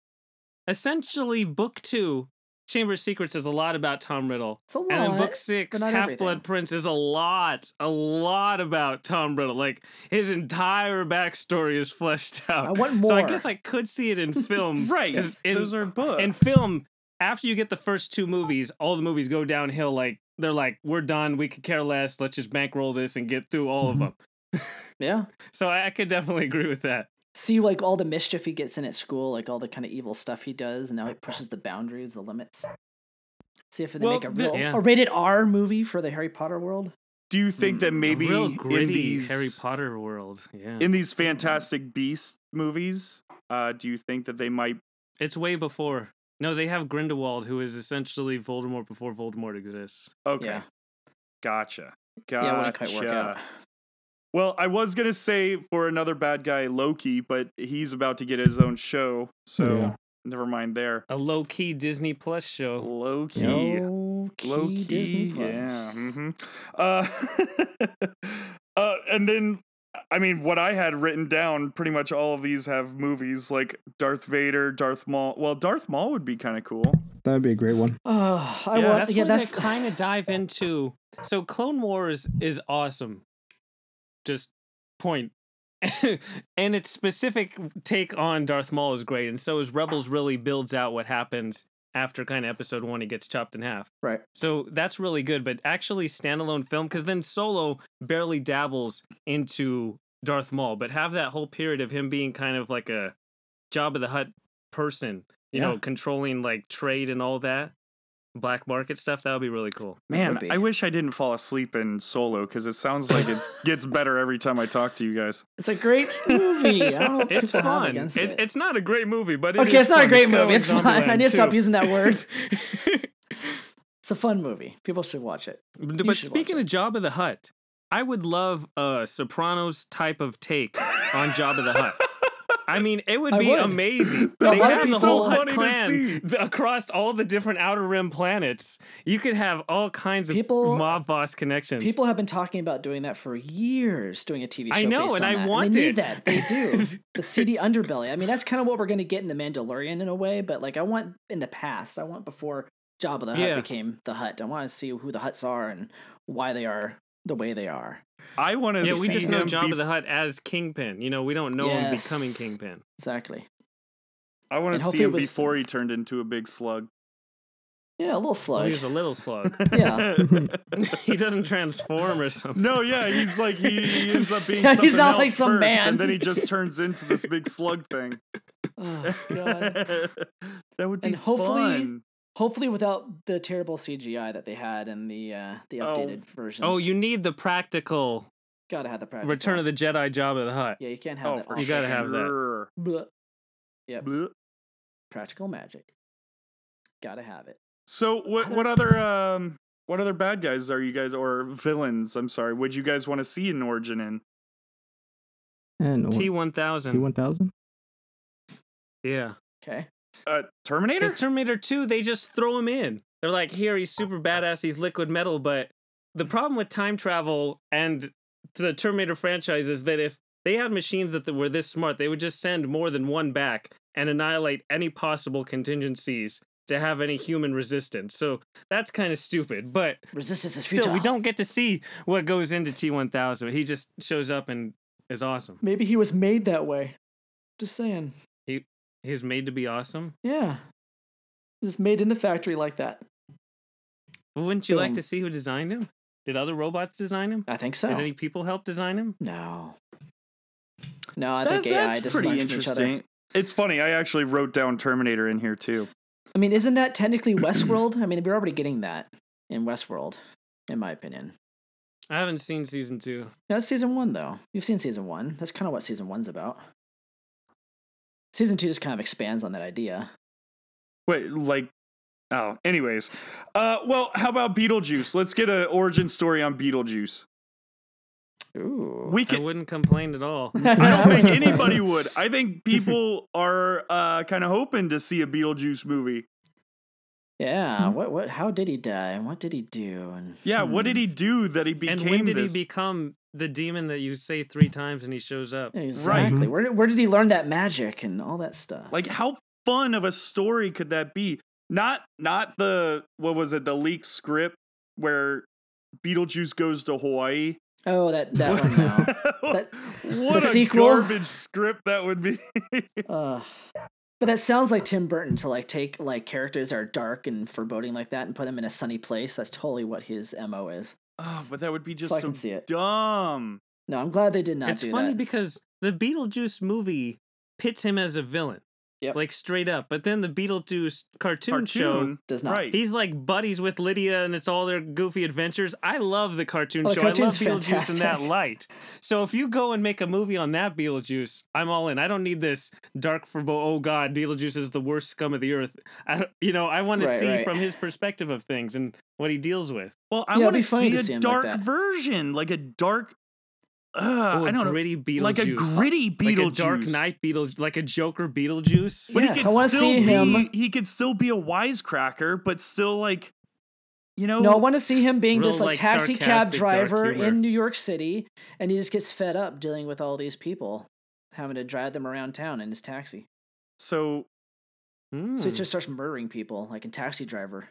essentially, book two, Chamber of Secrets, is a lot about Tom Riddle. it's a lot. And then book six, not Half Blood everything. Prince, is a lot, a lot about Tom Riddle. Like, his entire backstory is fleshed out. I want So I more. guess I could see it in film. right. 'cause in- Those are books. in film after you get the first two movies all the movies go downhill like they're like we're done we could care less let's just bankroll this and get through all of Mhm. them yeah. so i, I could definitely agree with that See, like all the mischief he gets in at school, like all the kind of evil stuff he does, and now he pushes the boundaries, the limits. See if they Well, make a, the- real, Yeah. a rated R movie for the Harry Potter world. Do you think that Hmm, a maybe a real in gritty these harry potter world yeah in these Fantastic Beast movies, uh, do you think that they might? it's way before no they have grindelwald who is essentially voldemort before voldemort exists Okay, Yeah, gotcha, yeah, it wouldn't quite work out. gotcha. Well, I was gonna say for another bad guy Loki, but he's about to get his own show, so Yeah. never mind there. a low-key disney plus show Loki. Low-key low key, Disney Plus. yeah. mm-hmm. hmm Uh, uh, and then, I mean, what I had written down, pretty much all of these have movies like Darth Vader, Darth Maul. Well, Darth Maul would be kind of cool. that would be a great one. Oh, I Yeah, want. that's yeah, where that's they kind of dive into. So Clone Wars is awesome. Just point. and its specific take on Darth Maul is great, and so is Rebels really builds out what happens after kind of episode one, he gets chopped in half. Right. So that's really good, but actually standalone film, because then Solo barely dabbles into Darth Maul, but have that whole period of him being kind of like a Job of the Hut person, you Yeah. know, controlling like trade and all that black market stuff. That would be really cool. Man, would be. I wish I didn't fall asleep in Solo because it sounds like it gets better every time I talk to you guys. it's a great movie. I don't know what It's people have fun. against It- it. It's not a great movie, but it okay, is it's not a fun. great kinda movie. like It's fine. I Zombieland, need to stop too. using that word. It's a fun movie. People should watch it. but You but should watch speaking it. of Job of the Hut, I would love a Sopranos type of take on Job of the Hut. I mean, it would I be would. amazing. That They would have be the so whole Hut funny to see. clan th- across all the different Outer Rim planets. You could have all kinds of People- mob boss connections. People have been talking about doing that for years, doing a TV show. I know, based and on I that. want they it. Need that they do the seedy underbelly. I mean, that's kind of what we're going to get in the Mandalorian in a way. But like, I want in the past, I want before Jabba the Hutt Yeah. became the Hut. I want to see who the Huts are and why they are the way they are. I want to. yeah, we just seen know him Job of be- the Hut as Kingpin. You know, we don't know him Yes. becoming Kingpin. Exactly. I want to And see hopefully him with- before he turned into a big slug. Yeah, a little Well, slug. he's a little slug. yeah. he doesn't transform or something. No, yeah, he's like he, he ends up being He's something not else like some first, man. and then he just turns into this big slug thing. Oh, God. that would be And hopefully- fun. Hopefully, without the terrible CGI that they had in the uh, the Oh. updated versions. Oh, you need the practical gotta have the practical. Return of the Jedi Jabba the Hutt. Yeah, you can't have Oh, that. for You gotta have that. sure. Blah. Blech. practical magic. Gotta have it. So what what other um what other bad guys are you guys or villains? I'm sorry. Would you guys want to see an origin in? And T T one thousand. one thousand. Yeah. Okay. Uh, Terminator. Because Terminator two, they just throw him in. They're like, here he's super badass, he's liquid metal. But the problem with time travel and the Terminator franchise is that if they had machines that were this smart, they would just send more than one back and annihilate any possible contingencies to have any human resistance. So that's kind of stupid. But Resistance is futile. still, we don't get to see what goes into T one thousand. He just shows up and is awesome. Maybe he was made that way. Just saying. He's made to be awesome. Yeah. Just made in the factory like that. Well, wouldn't you like Um, to see who designed him? Did other robots design him? I think so. Did any people help design him? No. No, I That- think AI that's just pretty learned from each other. interesting. It's funny. I actually wrote down Terminator in here too. I mean, isn't that technically Westworld? I mean, we're already getting that in Westworld, in my opinion. I haven't seen season two. That's season one, though. You've seen season one. That's kind of what season one's about. Season two just kind of expands on that idea. Wait, like. Oh, anyways. Uh, well, how about Beetlejuice? Let's get an origin story on Beetlejuice. Ooh. We I can, wouldn't complain at all. I don't think anybody would. I think people are uh, kind of hoping to see a Beetlejuice movie. Yeah. What? What? How did he die? And what did he do? And Yeah, what did hmm. he do that he became Mm. and when did this? he become the demon that you say three times and he shows up? Hmm, Exactly. Where did- Where did he learn that magic and all that stuff? like how fun of a story could that be? Not not the what was it, the leaked script where Beetlejuice goes to Hawaii. oh, that that one. Now. That- what a the sequel? garbage script that would be. Ugh. but that sounds like Tim Burton to like take like characters that are dark and foreboding like that and put them in a sunny place. That's totally what his mo is. oh, but that would be just so I so can see it. dumb. No, I'm glad they did not it's do funny that. because the Beetlejuice movie pits him as a villain. Yep. Like straight up. But then the Beetlejuice cartoon, show, Cartoon. Does not. Right. he's like buddies with Lydia and it's all their goofy adventures. I love the cartoon Oh, the show. I love cartoon's Beetlejuice in that fantastic. light. So if you go and make a movie on that Beetlejuice, I'm all in. I don't need this dark for oh god, Beetlejuice is the worst scum of the earth. I, you know, I want to Right, see right. from his perspective of things and what he deals with. Well, I Yeah, it'd want be to funny see to a see him like dark that. version, like a dark. Uh, Oh, I a don't know, gritty Beetlejuice. like a gritty Beetlejuice, Like a Dark Knight Beetlejuice, like a Joker Beetlejuice. But Yes, he I could wanna still see be, him. He could still be a wisecracker, but still like, you know, No, I want to see him being Real, this like, like, taxi cab sarcastic dark driver humor. in New York City, and he just gets fed up dealing with all these people, having to drive them around town in his taxi. So So he Mm. just starts murdering people like in Taxi Driver.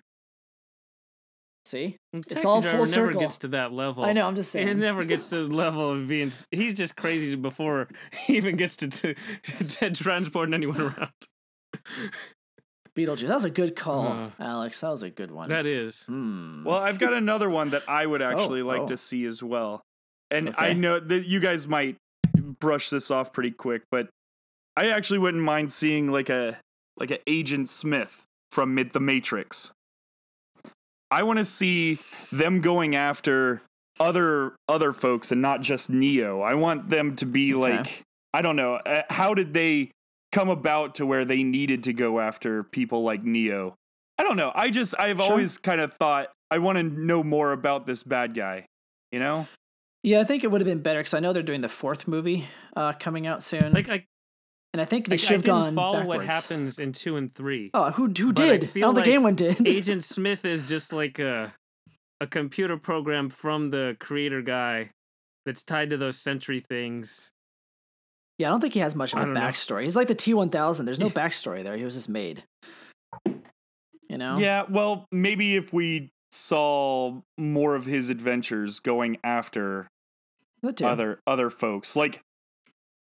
See, And It's Taxi all Driver full never circle. gets to that level. I know. I'm just saying. It never gets to the level of being. s- He's just crazy before he even gets to to, to transporting anyone around. Beetlejuice. That was a good call, Uh, Alex. That was a good one. That is. Hmm. Well, I've got another one that I would actually like oh. to see as well. And I Okay. know that you guys might brush this off pretty quick, but I actually wouldn't mind seeing like a like a Agent Smith from Mid the Matrix. I want to see them going after other other folks and not just Neo. I want them to be Okay. like I don't know, uh, how did they come about to where they needed to go after people like Neo? I don't know. I just I've Sure. always kind of thought I want to know more about this bad guy. You know? yeah, I think it would have been better because I know they're doing the fourth movie uh, coming out soon, Like I, and I think I, they I should have didn't gone follow backwards. what happens in two and three. Oh, who who But I did? I feel don't think like anyone did. Agent Smith is just like a a computer program from the creator guy that's tied to those Sentry things. Yeah, I don't think he has much of I a don't know. backstory. He's like the T1000. There's no backstory there. He was just made. You know? Yeah, well, maybe if we saw more of his adventures going after That too. other other folks. Like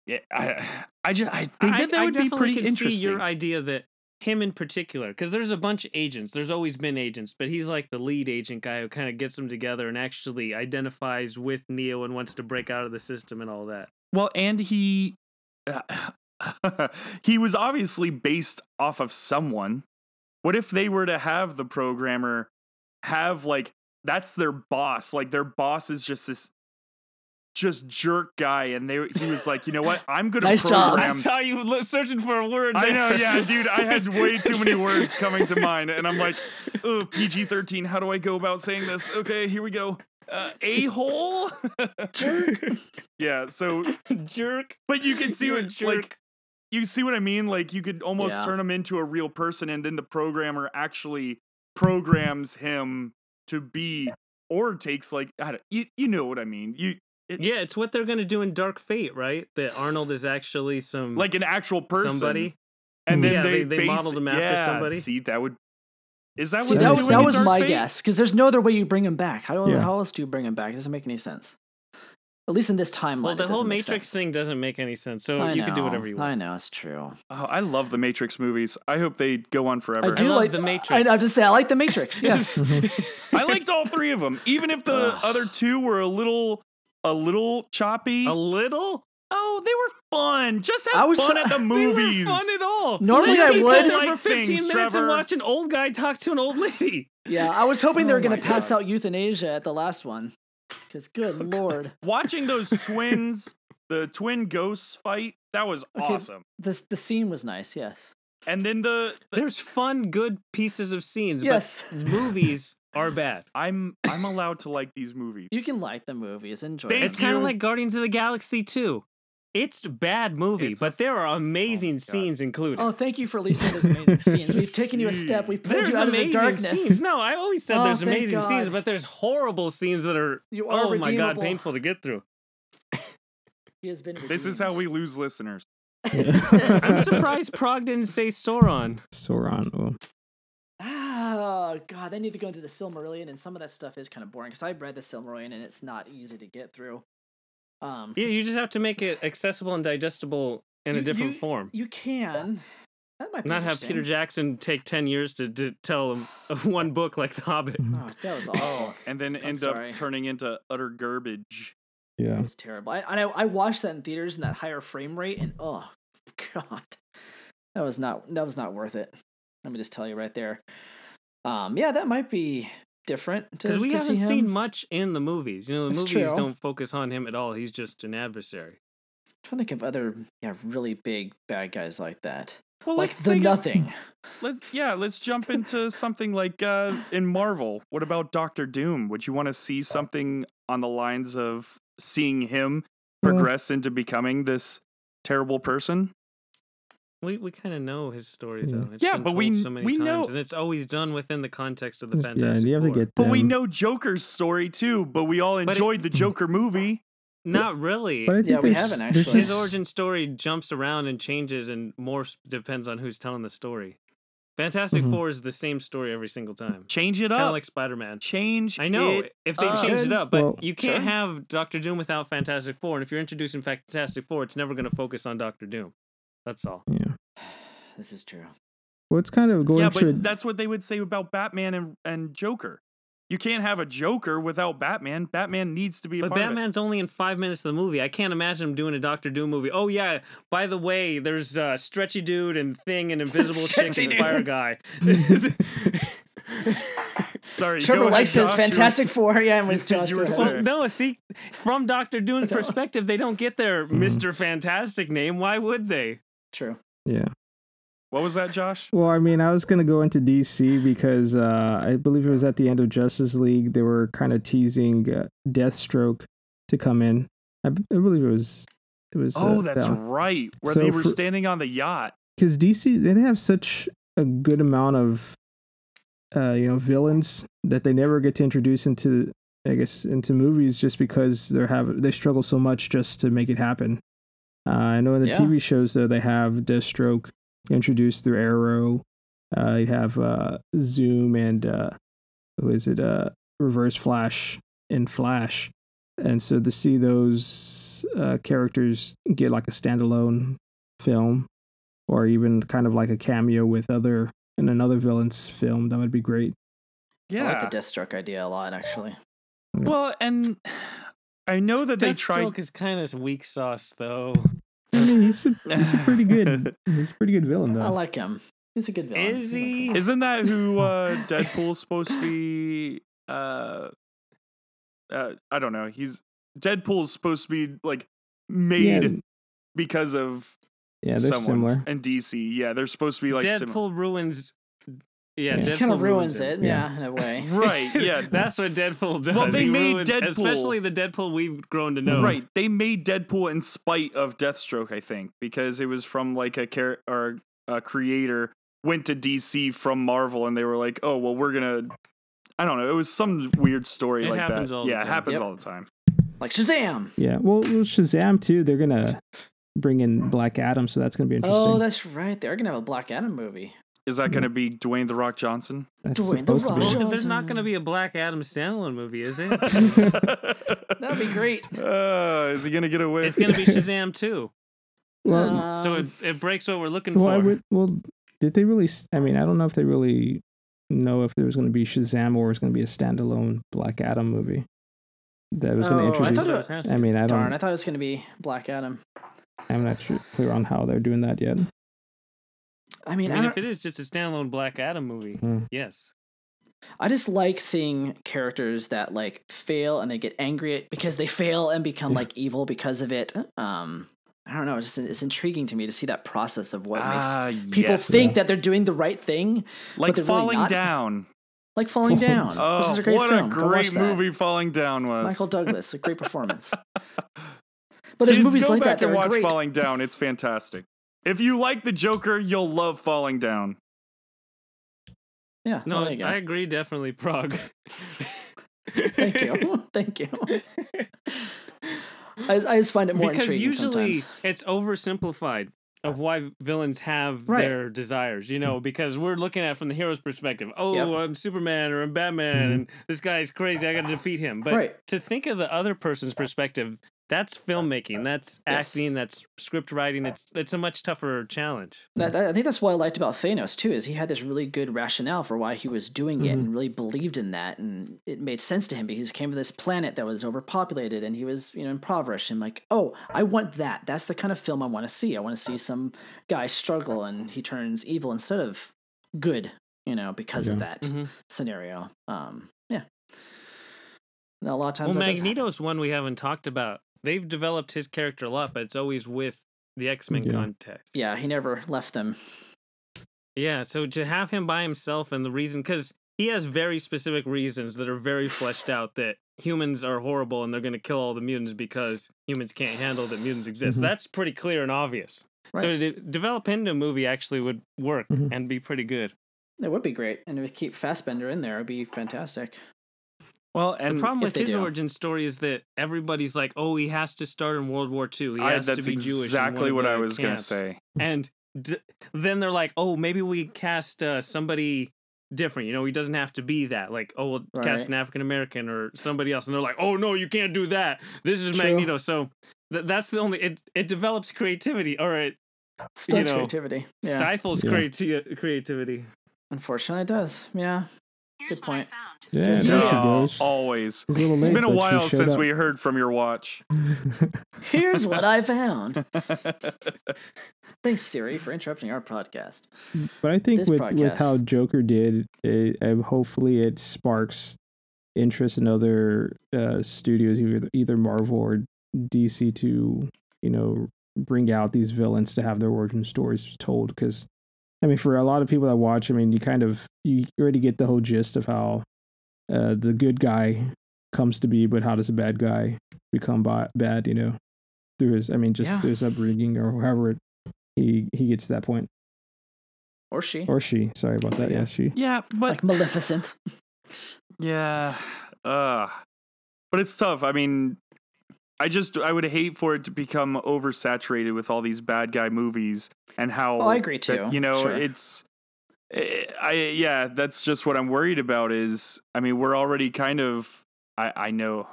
yeah, I, I just I think that, that would be definitely pretty can interesting. See your idea that him in particular, because there's a bunch of agents. There's always been agents, but he's like the lead agent guy who kind of gets them together and actually identifies with Neo and wants to break out of the system and all that. Well, and he uh, he was obviously based off of someone. What if they were to have the programmer have like that's their boss, like their boss is just this just jerk guy and they he was like, "You know what? I'm going Nice to job. program you lo- searching for a word. I there. know, yeah, dude. I had way too many words coming to mind, and I'm like, oh, PG 13. How do I go about saying this? Okay, here we go. Uh, a hole. yeah. So, jerk. but you can see You're a what like you see what I mean. Like you could almost Yeah. turn him into a real person, and then the programmer actually programs him to be, or takes like I don't, you you know what I mean. You Yeah, it's what they're gonna do in Dark Fate, right? That Arnold is actually some like an actual person. somebody. and then Yeah, they, they- they base- modeled him after yeah, somebody. See, that would is that See, what that they're that would was, doing that in was Dark my Fate? guess because there's no other way you bring him back. How do Yeah. how else do you bring him back? It doesn't make any sense. At least in this timeline. Well, the it whole doesn't make Matrix sense. thing doesn't make any sense. So I you can do know, whatever you I want. know it's true. Oh, I love the Matrix movies. I hope they go on forever. I I, do love like The I, I Matrix. was just say I like the Matrix. Yes. liked all three of them, even if the Ugh. other two were a little, a little choppy. A little? oh, they were fun. Just have I was- fun at the they movies. They weren't fun at all. Normally Like, I you would- sit there Like for 15 things, minutes Trevor. and watch an old guy talk to an old lady. yeah, I was hoping they Oh were gonna my pass God. out euthanasia at the last one. Because Oh, good lord, Watching those twins, the twin ghosts fight, that was Okay. awesome. this the scene was nice. Yes. And then the, the There's fun, good pieces of scenes, Yes. but movies are bad. I'm I'm allowed to like these movies. You can like the movies, enjoy. Thank It's it. kind you. of like Guardians of the Galaxy 2. It's a bad movie, It's a- but there are Oh amazing my God. scenes included. Oh, thank you for releasing those amazing scenes. We've taken you a step. We've pulled there's you out of amazing the darkness. scenes. No, I always said Oh, there's thank amazing scenes, God. but there's horrible scenes that are, You are oh my god, redeemable. painful to get through. He has been. this is redeemed. how we lose listeners. I'm surprised Prog didn't say Sauron. Sauron. Oh. Oh god, they need to go into the Silmarillion, and some of that stuff is kind of boring because I read the Silmarillion, and it's not easy to get through. Um, Yeah, 'cause you just have to make it accessible and digestible in a You- different form. you can. That might be Not have Peter interesting. Jackson take 10 years to, to tell him of one book like The Hobbit. Oh, that was awful. And then end sorry. up turning into utter garbage. It Yeah. was terrible. I, I know- I watched that in theaters in that higher frame rate, and oh god, that was not that was not worth it. Let me just tell you right there. Um, yeah, that might be different Because because we to haven't see him. seen much in the movies. You know, the That's movies true. don't focus on him at all. He's just an adversary. trying to think of other yeah really big bad guys like that, Well, like let's the think of- Nothing. Let's yeah, let's jump into something like uh in Marvel. What about Doctor Doom? Would you want to see something on the lines of seeing him Well- progress into becoming this terrible person? We we kind of know his story Yeah. though. It's Yeah, been but we told kn- so many we times, know- and it's always done within the context of the Yeah, Fantastic you have to Four. get But we them. know Joker's story too, but we all But it- enjoyed the Joker movie. Not really. But I think Yeah, we there's- haven't there's actually. His just- origin story jumps around and changes, and more depends on who's telling the story. Fantastic Mhm. Four is the same story every single time, Change it kind of up. like Spider Man. Change I know it if they up. changed it up, but Well, you can't Sure. have Doctor Doom without Fantastic Four. And if you're introducing Fantastic Four, it's never going to focus on Doctor Doom. That's all. Yeah. This is true. Well, it's kind of going yeah, to. but that's what they would say about Batman and, and Joker. You can't have a Joker without Batman. Batman needs to be a But part of it. Batman's only in five minutes of the movie. I can't imagine him doing a Doctor Doom movie. Oh yeah, by the way, there's uh, Stretchy Dude and Thing and Invisible Chick Stretchy and Dude. Fire Guy. Sorry, go Trevor ahead, likes his Josh, you were Fantastic Four. Yeah, and was You Josh. were go ahead. saying- Well, no, see, from Doctor Doom's perspective, they don't get their Mister Fantastic name. Why would they? True. yeah. What was that, Josh? Well, I mean, I was gonna go into DC because uh, I believe it was at the end of Justice League they were kind of teasing uh, Deathstroke to come in. I, b- I believe it was it was. uh, Oh, that's right. Where So they were for- standing on the yacht. because DC they have such a good amount of uh, you know villains that they never get to introduce into I guess into movies just because they are have they struggle so much just to make it happen. Uh, I know in the Yeah. TV shows though they have Deathstroke introduced through Arrow. Uh, you have uh, Zoom and uh, who is it? Uh, Reverse Flash and Flash and so to see those uh, characters get like a standalone film or even kind of like a cameo with other in another villain's film that would be great Yeah. I like the Deathstroke idea a lot, actually. well, and I know that they tried. Deathstroke is kind of weak sauce, though. i mean he's a, he's a pretty good he's a pretty good villain though I like him. He's a good villain. Is I like he? him. Isn't that who uh, Deadpool's supposed to be? Uh, uh, I don't know. He's Deadpool's supposed to be like made yeah, because of yeah they're someone similar and DC. Yeah, they're supposed to be like Deadpool similar. ruins. Yeah, Yeah. Deadpool He It kind of ruins it, Yeah. yeah, in a way. right? Yeah, that's what Deadpool does. Well, they He made ruined- Deadpool- especially the Deadpool we've grown to know. Right. They made Deadpool in spite of Deathstroke, I think, because it was from like a char- or a creator went to DC from Marvel and they were like, "Oh, well, we're going to I don't know. It was some weird story It like happens that. all the yeah, it time. happens Yep. all the time. Like Shazam! yeah well well, shazam too they're gonna bring in black adam so that's gonna be interesting Oh, that's right. They're gonna have a Black Adam movie. Is Mm-hmm. that going to be Dwayne the Rock Johnson? that's Dwayne The supposed to Well, be Rock. there's not going to Johnson. be a Black Adam standalone movie, is it? That'd be great. Uh, is he going to get away? it's going to be Shazam too. well, so it, Um, it breaks what we're looking Well, I for. would. Well, did they really? s- I mean, I don't know if they really know if there was going to be Shazam or it was going to be a standalone Black Adam movie that was going Oh, I to introduce. thought it was I mean, I darn, I don't. thought it was gonna be Black Adam. I'm not sure, clear on how they're doing that yet. I I mean, I, mean, don't- if it is just a standalone Black Adam movie, Mm. yes. I just like seeing characters that like fail and they get angry at, because they fail and become Yeah. like evil because of it. Um, I don't know. It's, just, it's intriguing to me to see that process of what makes Ah, people yes. think that they're doing the right thing, like they're really falling not. down. like falling Falling down. Oh, this is a great what film. a Go great watch that. movie Falling Down was. Michael Douglas, a great performance. But there's Kids, movies go like back that that and are watch great. Falling Down. It's fantastic. If you like the Joker, you'll love Falling Down. Yeah, No, well, Oh, there you go. I agree definitely, Prague. Thank you. Thank you. I, I just find it more because intriguing usually sometimes. it's oversimplified of why villains have Right. Mm. their desires you know because we're looking at it from the hero's perspective oh Yep. Mm-hmm. i'm superman or i'm batman and this guy's crazy i gotta defeat him but Right. to think of the other person's perspective that's filmmaking that's Yes. acting that's script writing it's it's a much tougher challenge That- that- I think that's what I liked about Thanos too, is he had this really good rationale for why he was doing it and really believed in that, and it made sense to him because he came to this planet that was overpopulated and he was you know impoverished and like, oh, I want that. That's the kind of film I want to see. I want to see some guy struggle and he turns evil instead of good, you know, because of that Mm-hmm. scenario. Um, yeah. And a lot of times, that well does happen. magneto's one we haven't talked about they've developed his character a lot but it's always with the x-men Yeah. context Yeah, he never left them. Yeah, so to have him by himself and the reason cuz he has very specific reasons that are very fleshed out that humans are horrible and they're going to kill all the mutants because humans can't handle that mutants exist. Mhm. That's pretty clear and obvious. So Right. to develop into a movie actually would work Mhm. and be pretty good. It would be great, and if we keep Fassbender in there, it'd be fantastic. Well, the and problem if with they his do. origin story is that everybody's like, "Oh, he has to start in World War II. He I- has that's to be Jewish." in one exactly of what the I was camps." gonna say. and d- then they're like, "Oh, maybe we cast uh, somebody different. You know, he doesn't have to be that. Like, oh, we'll cast Right. an African American or somebody else." And they're like, "Oh no, you can't do that. This is True. Magneto." So th- that's the only it. It develops creativity, or it Stunts know, creativity. Yeah, stifles Yeah. creati- creativity. Unfortunately, it does. Yeah. Here's Good what I point. found. Yeah, there she No, goes. always. She's a little It's late, been a but she while showed since up. we heard from your watch. Here's what I found. Thanks, Siri, for interrupting our podcast. but I think this with with podcast. how Joker did, it, uh, hopefully it sparks interest in other uh, studios, either either Marvel or DC, to you know bring out these villains to have their origin stories told. Because I mean, for a lot of people that watch, I mean, you kind of you already get the whole gist of how uh, the good guy comes to be, but how does a bad guy become bi- bad? You know, through his I mean, just Yeah. through his upbringing or however it, he he gets to that point Or she. or she. Sorry about that. Yeah, she. yeah, but like Maleficent. yeah, uh, but it's tough. I mean, I just I would hate for it to become oversaturated with all these bad guy movies and how. Oh, I agree too. that, you know, Sure. it's I I- yeah, that's just what I'm worried about is I mean, we're already kind of I I know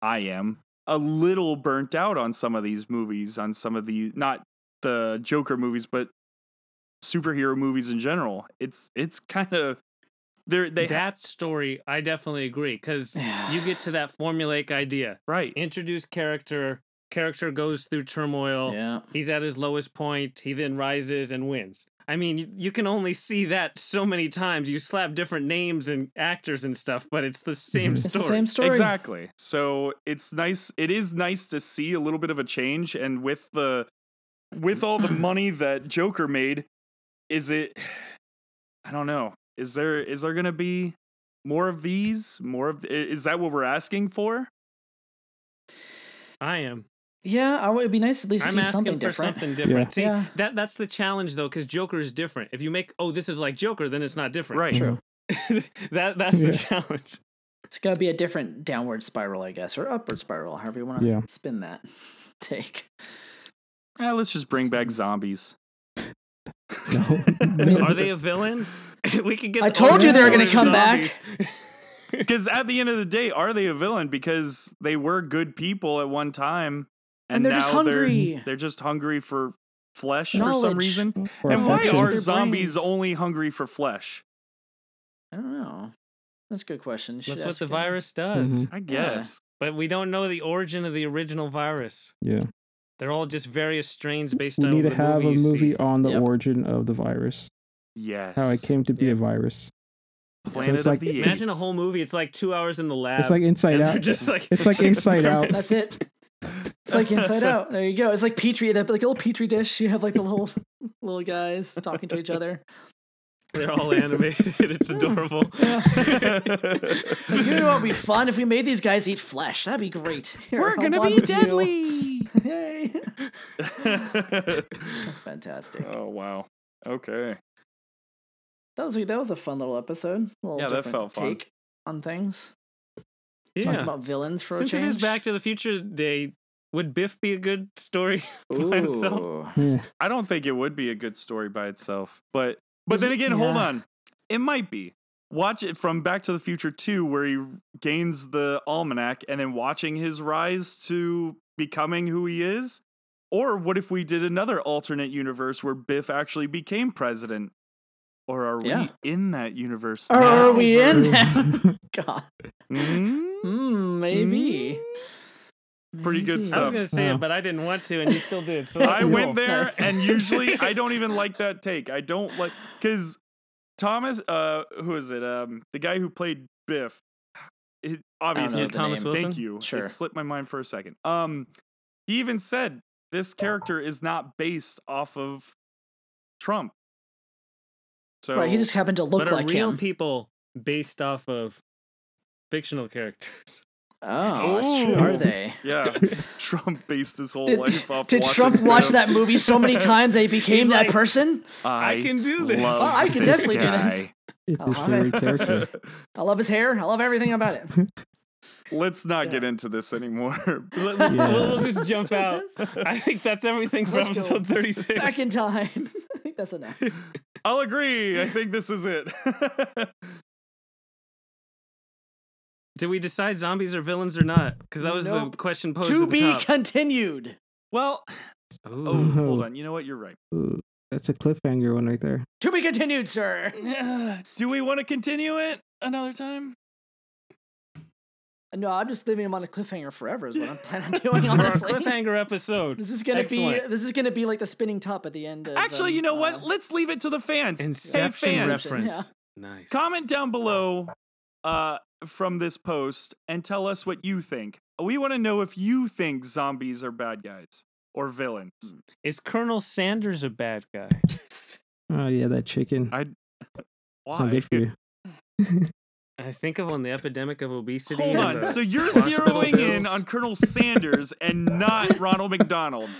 I am a little burnt out on some of these movies, on some of the not the Joker movies, but superhero movies in general. It's it's kind of they're they ha- that story, I definitely agree because Yeah. you get to that formulaic idea. right. Introduce character, character goes through turmoil. Yeah. He's at his lowest point. He then rises and wins. I mean, you, you can only see that so many times. You slap different names and actors and stuff, but it's the same story. Mhm. Mm-hmm. It's the same story. Exactly. So it's nice. It is nice to see a little bit of a change, and with the with all the money that Joker made, is it? I don't know. Is there is there gonna be more of these? More of i- is that what we're asking for? I am. Yeah, I, would- it'd be nice at least I'm see asking something for different. something different. See, Yeah. that that's the challenge though, because Joker is different. If you make oh this is like Joker, then it's not different. Right. True. that that's Yeah. the challenge. It's got to be a different downward spiral, I guess, or upward spiral, however you want to Yeah. spin that take. Eh, let's just bring back zombies. No. Are they a villain? we could get. I the told you they were origin gonna story of come back. zombies. Because at the end of the day, are they a villain? Because they were good people at one time, And and, they're now just they're hungry. they're just hungry for flesh for some Knowledge. reason. Or and why affection. are Their zombies brains. only hungry for flesh? I don't know. That's a good question. You should That's what ask the him. virus Mm-hmm. does. Mhm. I guess. But we don't know the origin of the original virus. Yeah. They're all just various strains based We on need the to have movie a you movie see. on the Yep. origin of the virus, Yes. how it came to be Yeah. a virus. Planet it's of like- the Apes. Imagine a whole movie. It's like two hours in the lab. It's like Inside and they're Out. just like It's like Inside Out. That's it. It's like Inside Out. There you go. It's like Petri, that like a little Petri dish. You have like the little little guys talking to each other. They're all animated. It's adorable. So you know what would be fun if we made these guys eat flesh? That'd be great. Here, We're I'll gonna bond be with you. deadly. Yay! That's fantastic. oh wow. Okay. That was a, that was a fun little episode. A little Yeah, that different felt fun. Take on things. Talking yeah. about villains for Since a it change. is Back to the Future Day, would Biff be a good story? by himself. Ooh. Yeah. I don't think it would be a good story by itself, but but then again, hold Yeah. on. It might be. Watch it from Back to the Future 2 where he gains the almanac and then watching his rise to becoming who he is. Or what if we did another alternate universe where Biff actually became president? Or are Yeah. we in that universe? Or now? are we in that? God. Mm, Mm, maybe. Pretty good Maybe. I was stuff. gonna say Oh, No. it, but I didn't want to, and you still did. So I that's went cool. there, That's- and usually I don't even like that take. I don't like because Thomas, uh, who is it? Um, the guy who played Biff. It, know obviously, Yeah, the Thomas name. Wilson. thank you. Sure. It slipped my mind for a second. Um, he even said this character is not based off of Trump. So Right, he just happened to look but like are real him. people based off of fictional characters? oh, that's true. Ooh. Are they? yeah, Trump based his whole Did, life off. did watching Trump watch Biff. that movie so many times that he became He's that like, person? I, can do this. love Well, Oh, I can this definitely do guy. this. It's his Uh-huh. favorite character. I love his hair. I love everything about it. Let's not get into this anymore. Let- Yeah. We'll, we'll just jump out. That's- I think that's everything for Let's go episode thirty-six. Back in time. I think that's enough. I'll agree. I think this is it. Did we decide zombies are villains or not? Because that was the Nope. question posed to at the be top. continued. well, Ooh. oh, hold on. You know what? You're right. Ooh, That's a cliffhanger one right there. To be continued, sir. Do we want to continue it another time? No, I'm just leaving him on a cliffhanger forever. Is what I'm planning on doing. For our Honestly, cliffhanger episode. this is gonna be Excellent. this is gonna be like the spinning top at the end. Of, Actually, um, you know uh, what? Let's leave it to the fans. Inception fans. reference. Nice. Comment down below uh, from this post and tell us what you think. We want to know if you think zombies are bad guys or villains. Is Colonel Sanders a bad guy? Oh yeah, that chicken. I- It's not Why? good for you. I think of on the epidemic of obesity. Hold and on. the So you're hospital zeroing in bills. on Colonel Sanders and not Ronald McDonald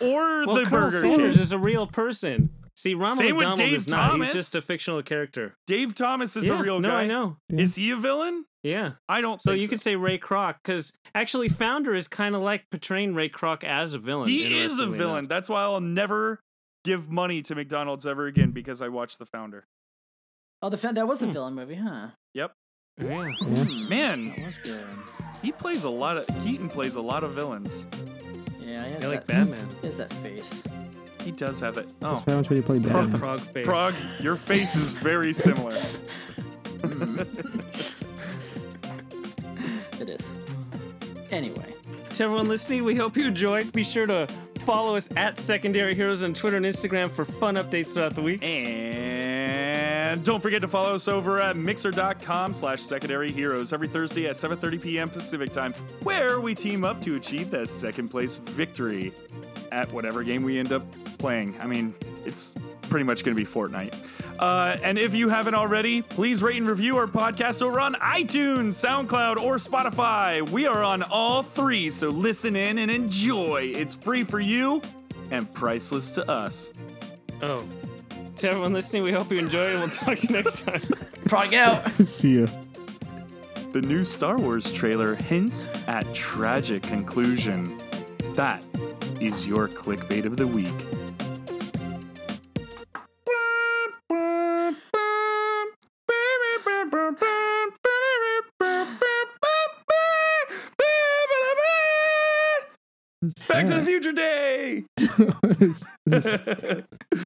or well, the Colonel Burger Sanders King. is a real person. See, Ronald Same with McDonald Dave is not. Thomas. He's just a fictional character. Dave Thomas is yeah, a real no, guy. I know. Is he a villain? Yeah. I don't. So think you could say Ray Kroc, because actually, Founder is kind of like portraying Ray Kroc as a villain. he is a interestingly villain. enough. That's why I'll never give money to McDonald's ever again because I watched The Founder. Hmm. Oh, the fan, that was a villain movie, huh? Yep. Yeah. Yeah. Hmm, Man, that was good. He plays a lot of Keaton plays a lot of villains. Yeah, he has I that. like Batman. He has that face. He does have it. That's Oh, what happens when you play Batman. Frog face. Prague, your face is very similar. It is. Anyway, To everyone listening, we hope you enjoyed. Be sure to follow us at Secondary Heroes on Twitter and Instagram for fun updates throughout the week. And don't forget to follow us over at mixer.com slash secondary heroes every Thursday at 7.30 p.m. Pacific time, where we team up to achieve that second place victory at whatever game we end up playing. I mean, it's pretty much going to be Fortnite. Uh, and if you haven't already, please rate and review our podcast over on iTunes, SoundCloud, or Spotify. We are on all three, so listen in and enjoy. It's free for you and priceless to us. Oh. To everyone listening, we hope you enjoy and we'll talk to you next time. Prague out. See ya. The new Star Wars trailer hints at tragic conclusion. That is your clickbait of the week. Back to the Future Day! Is this-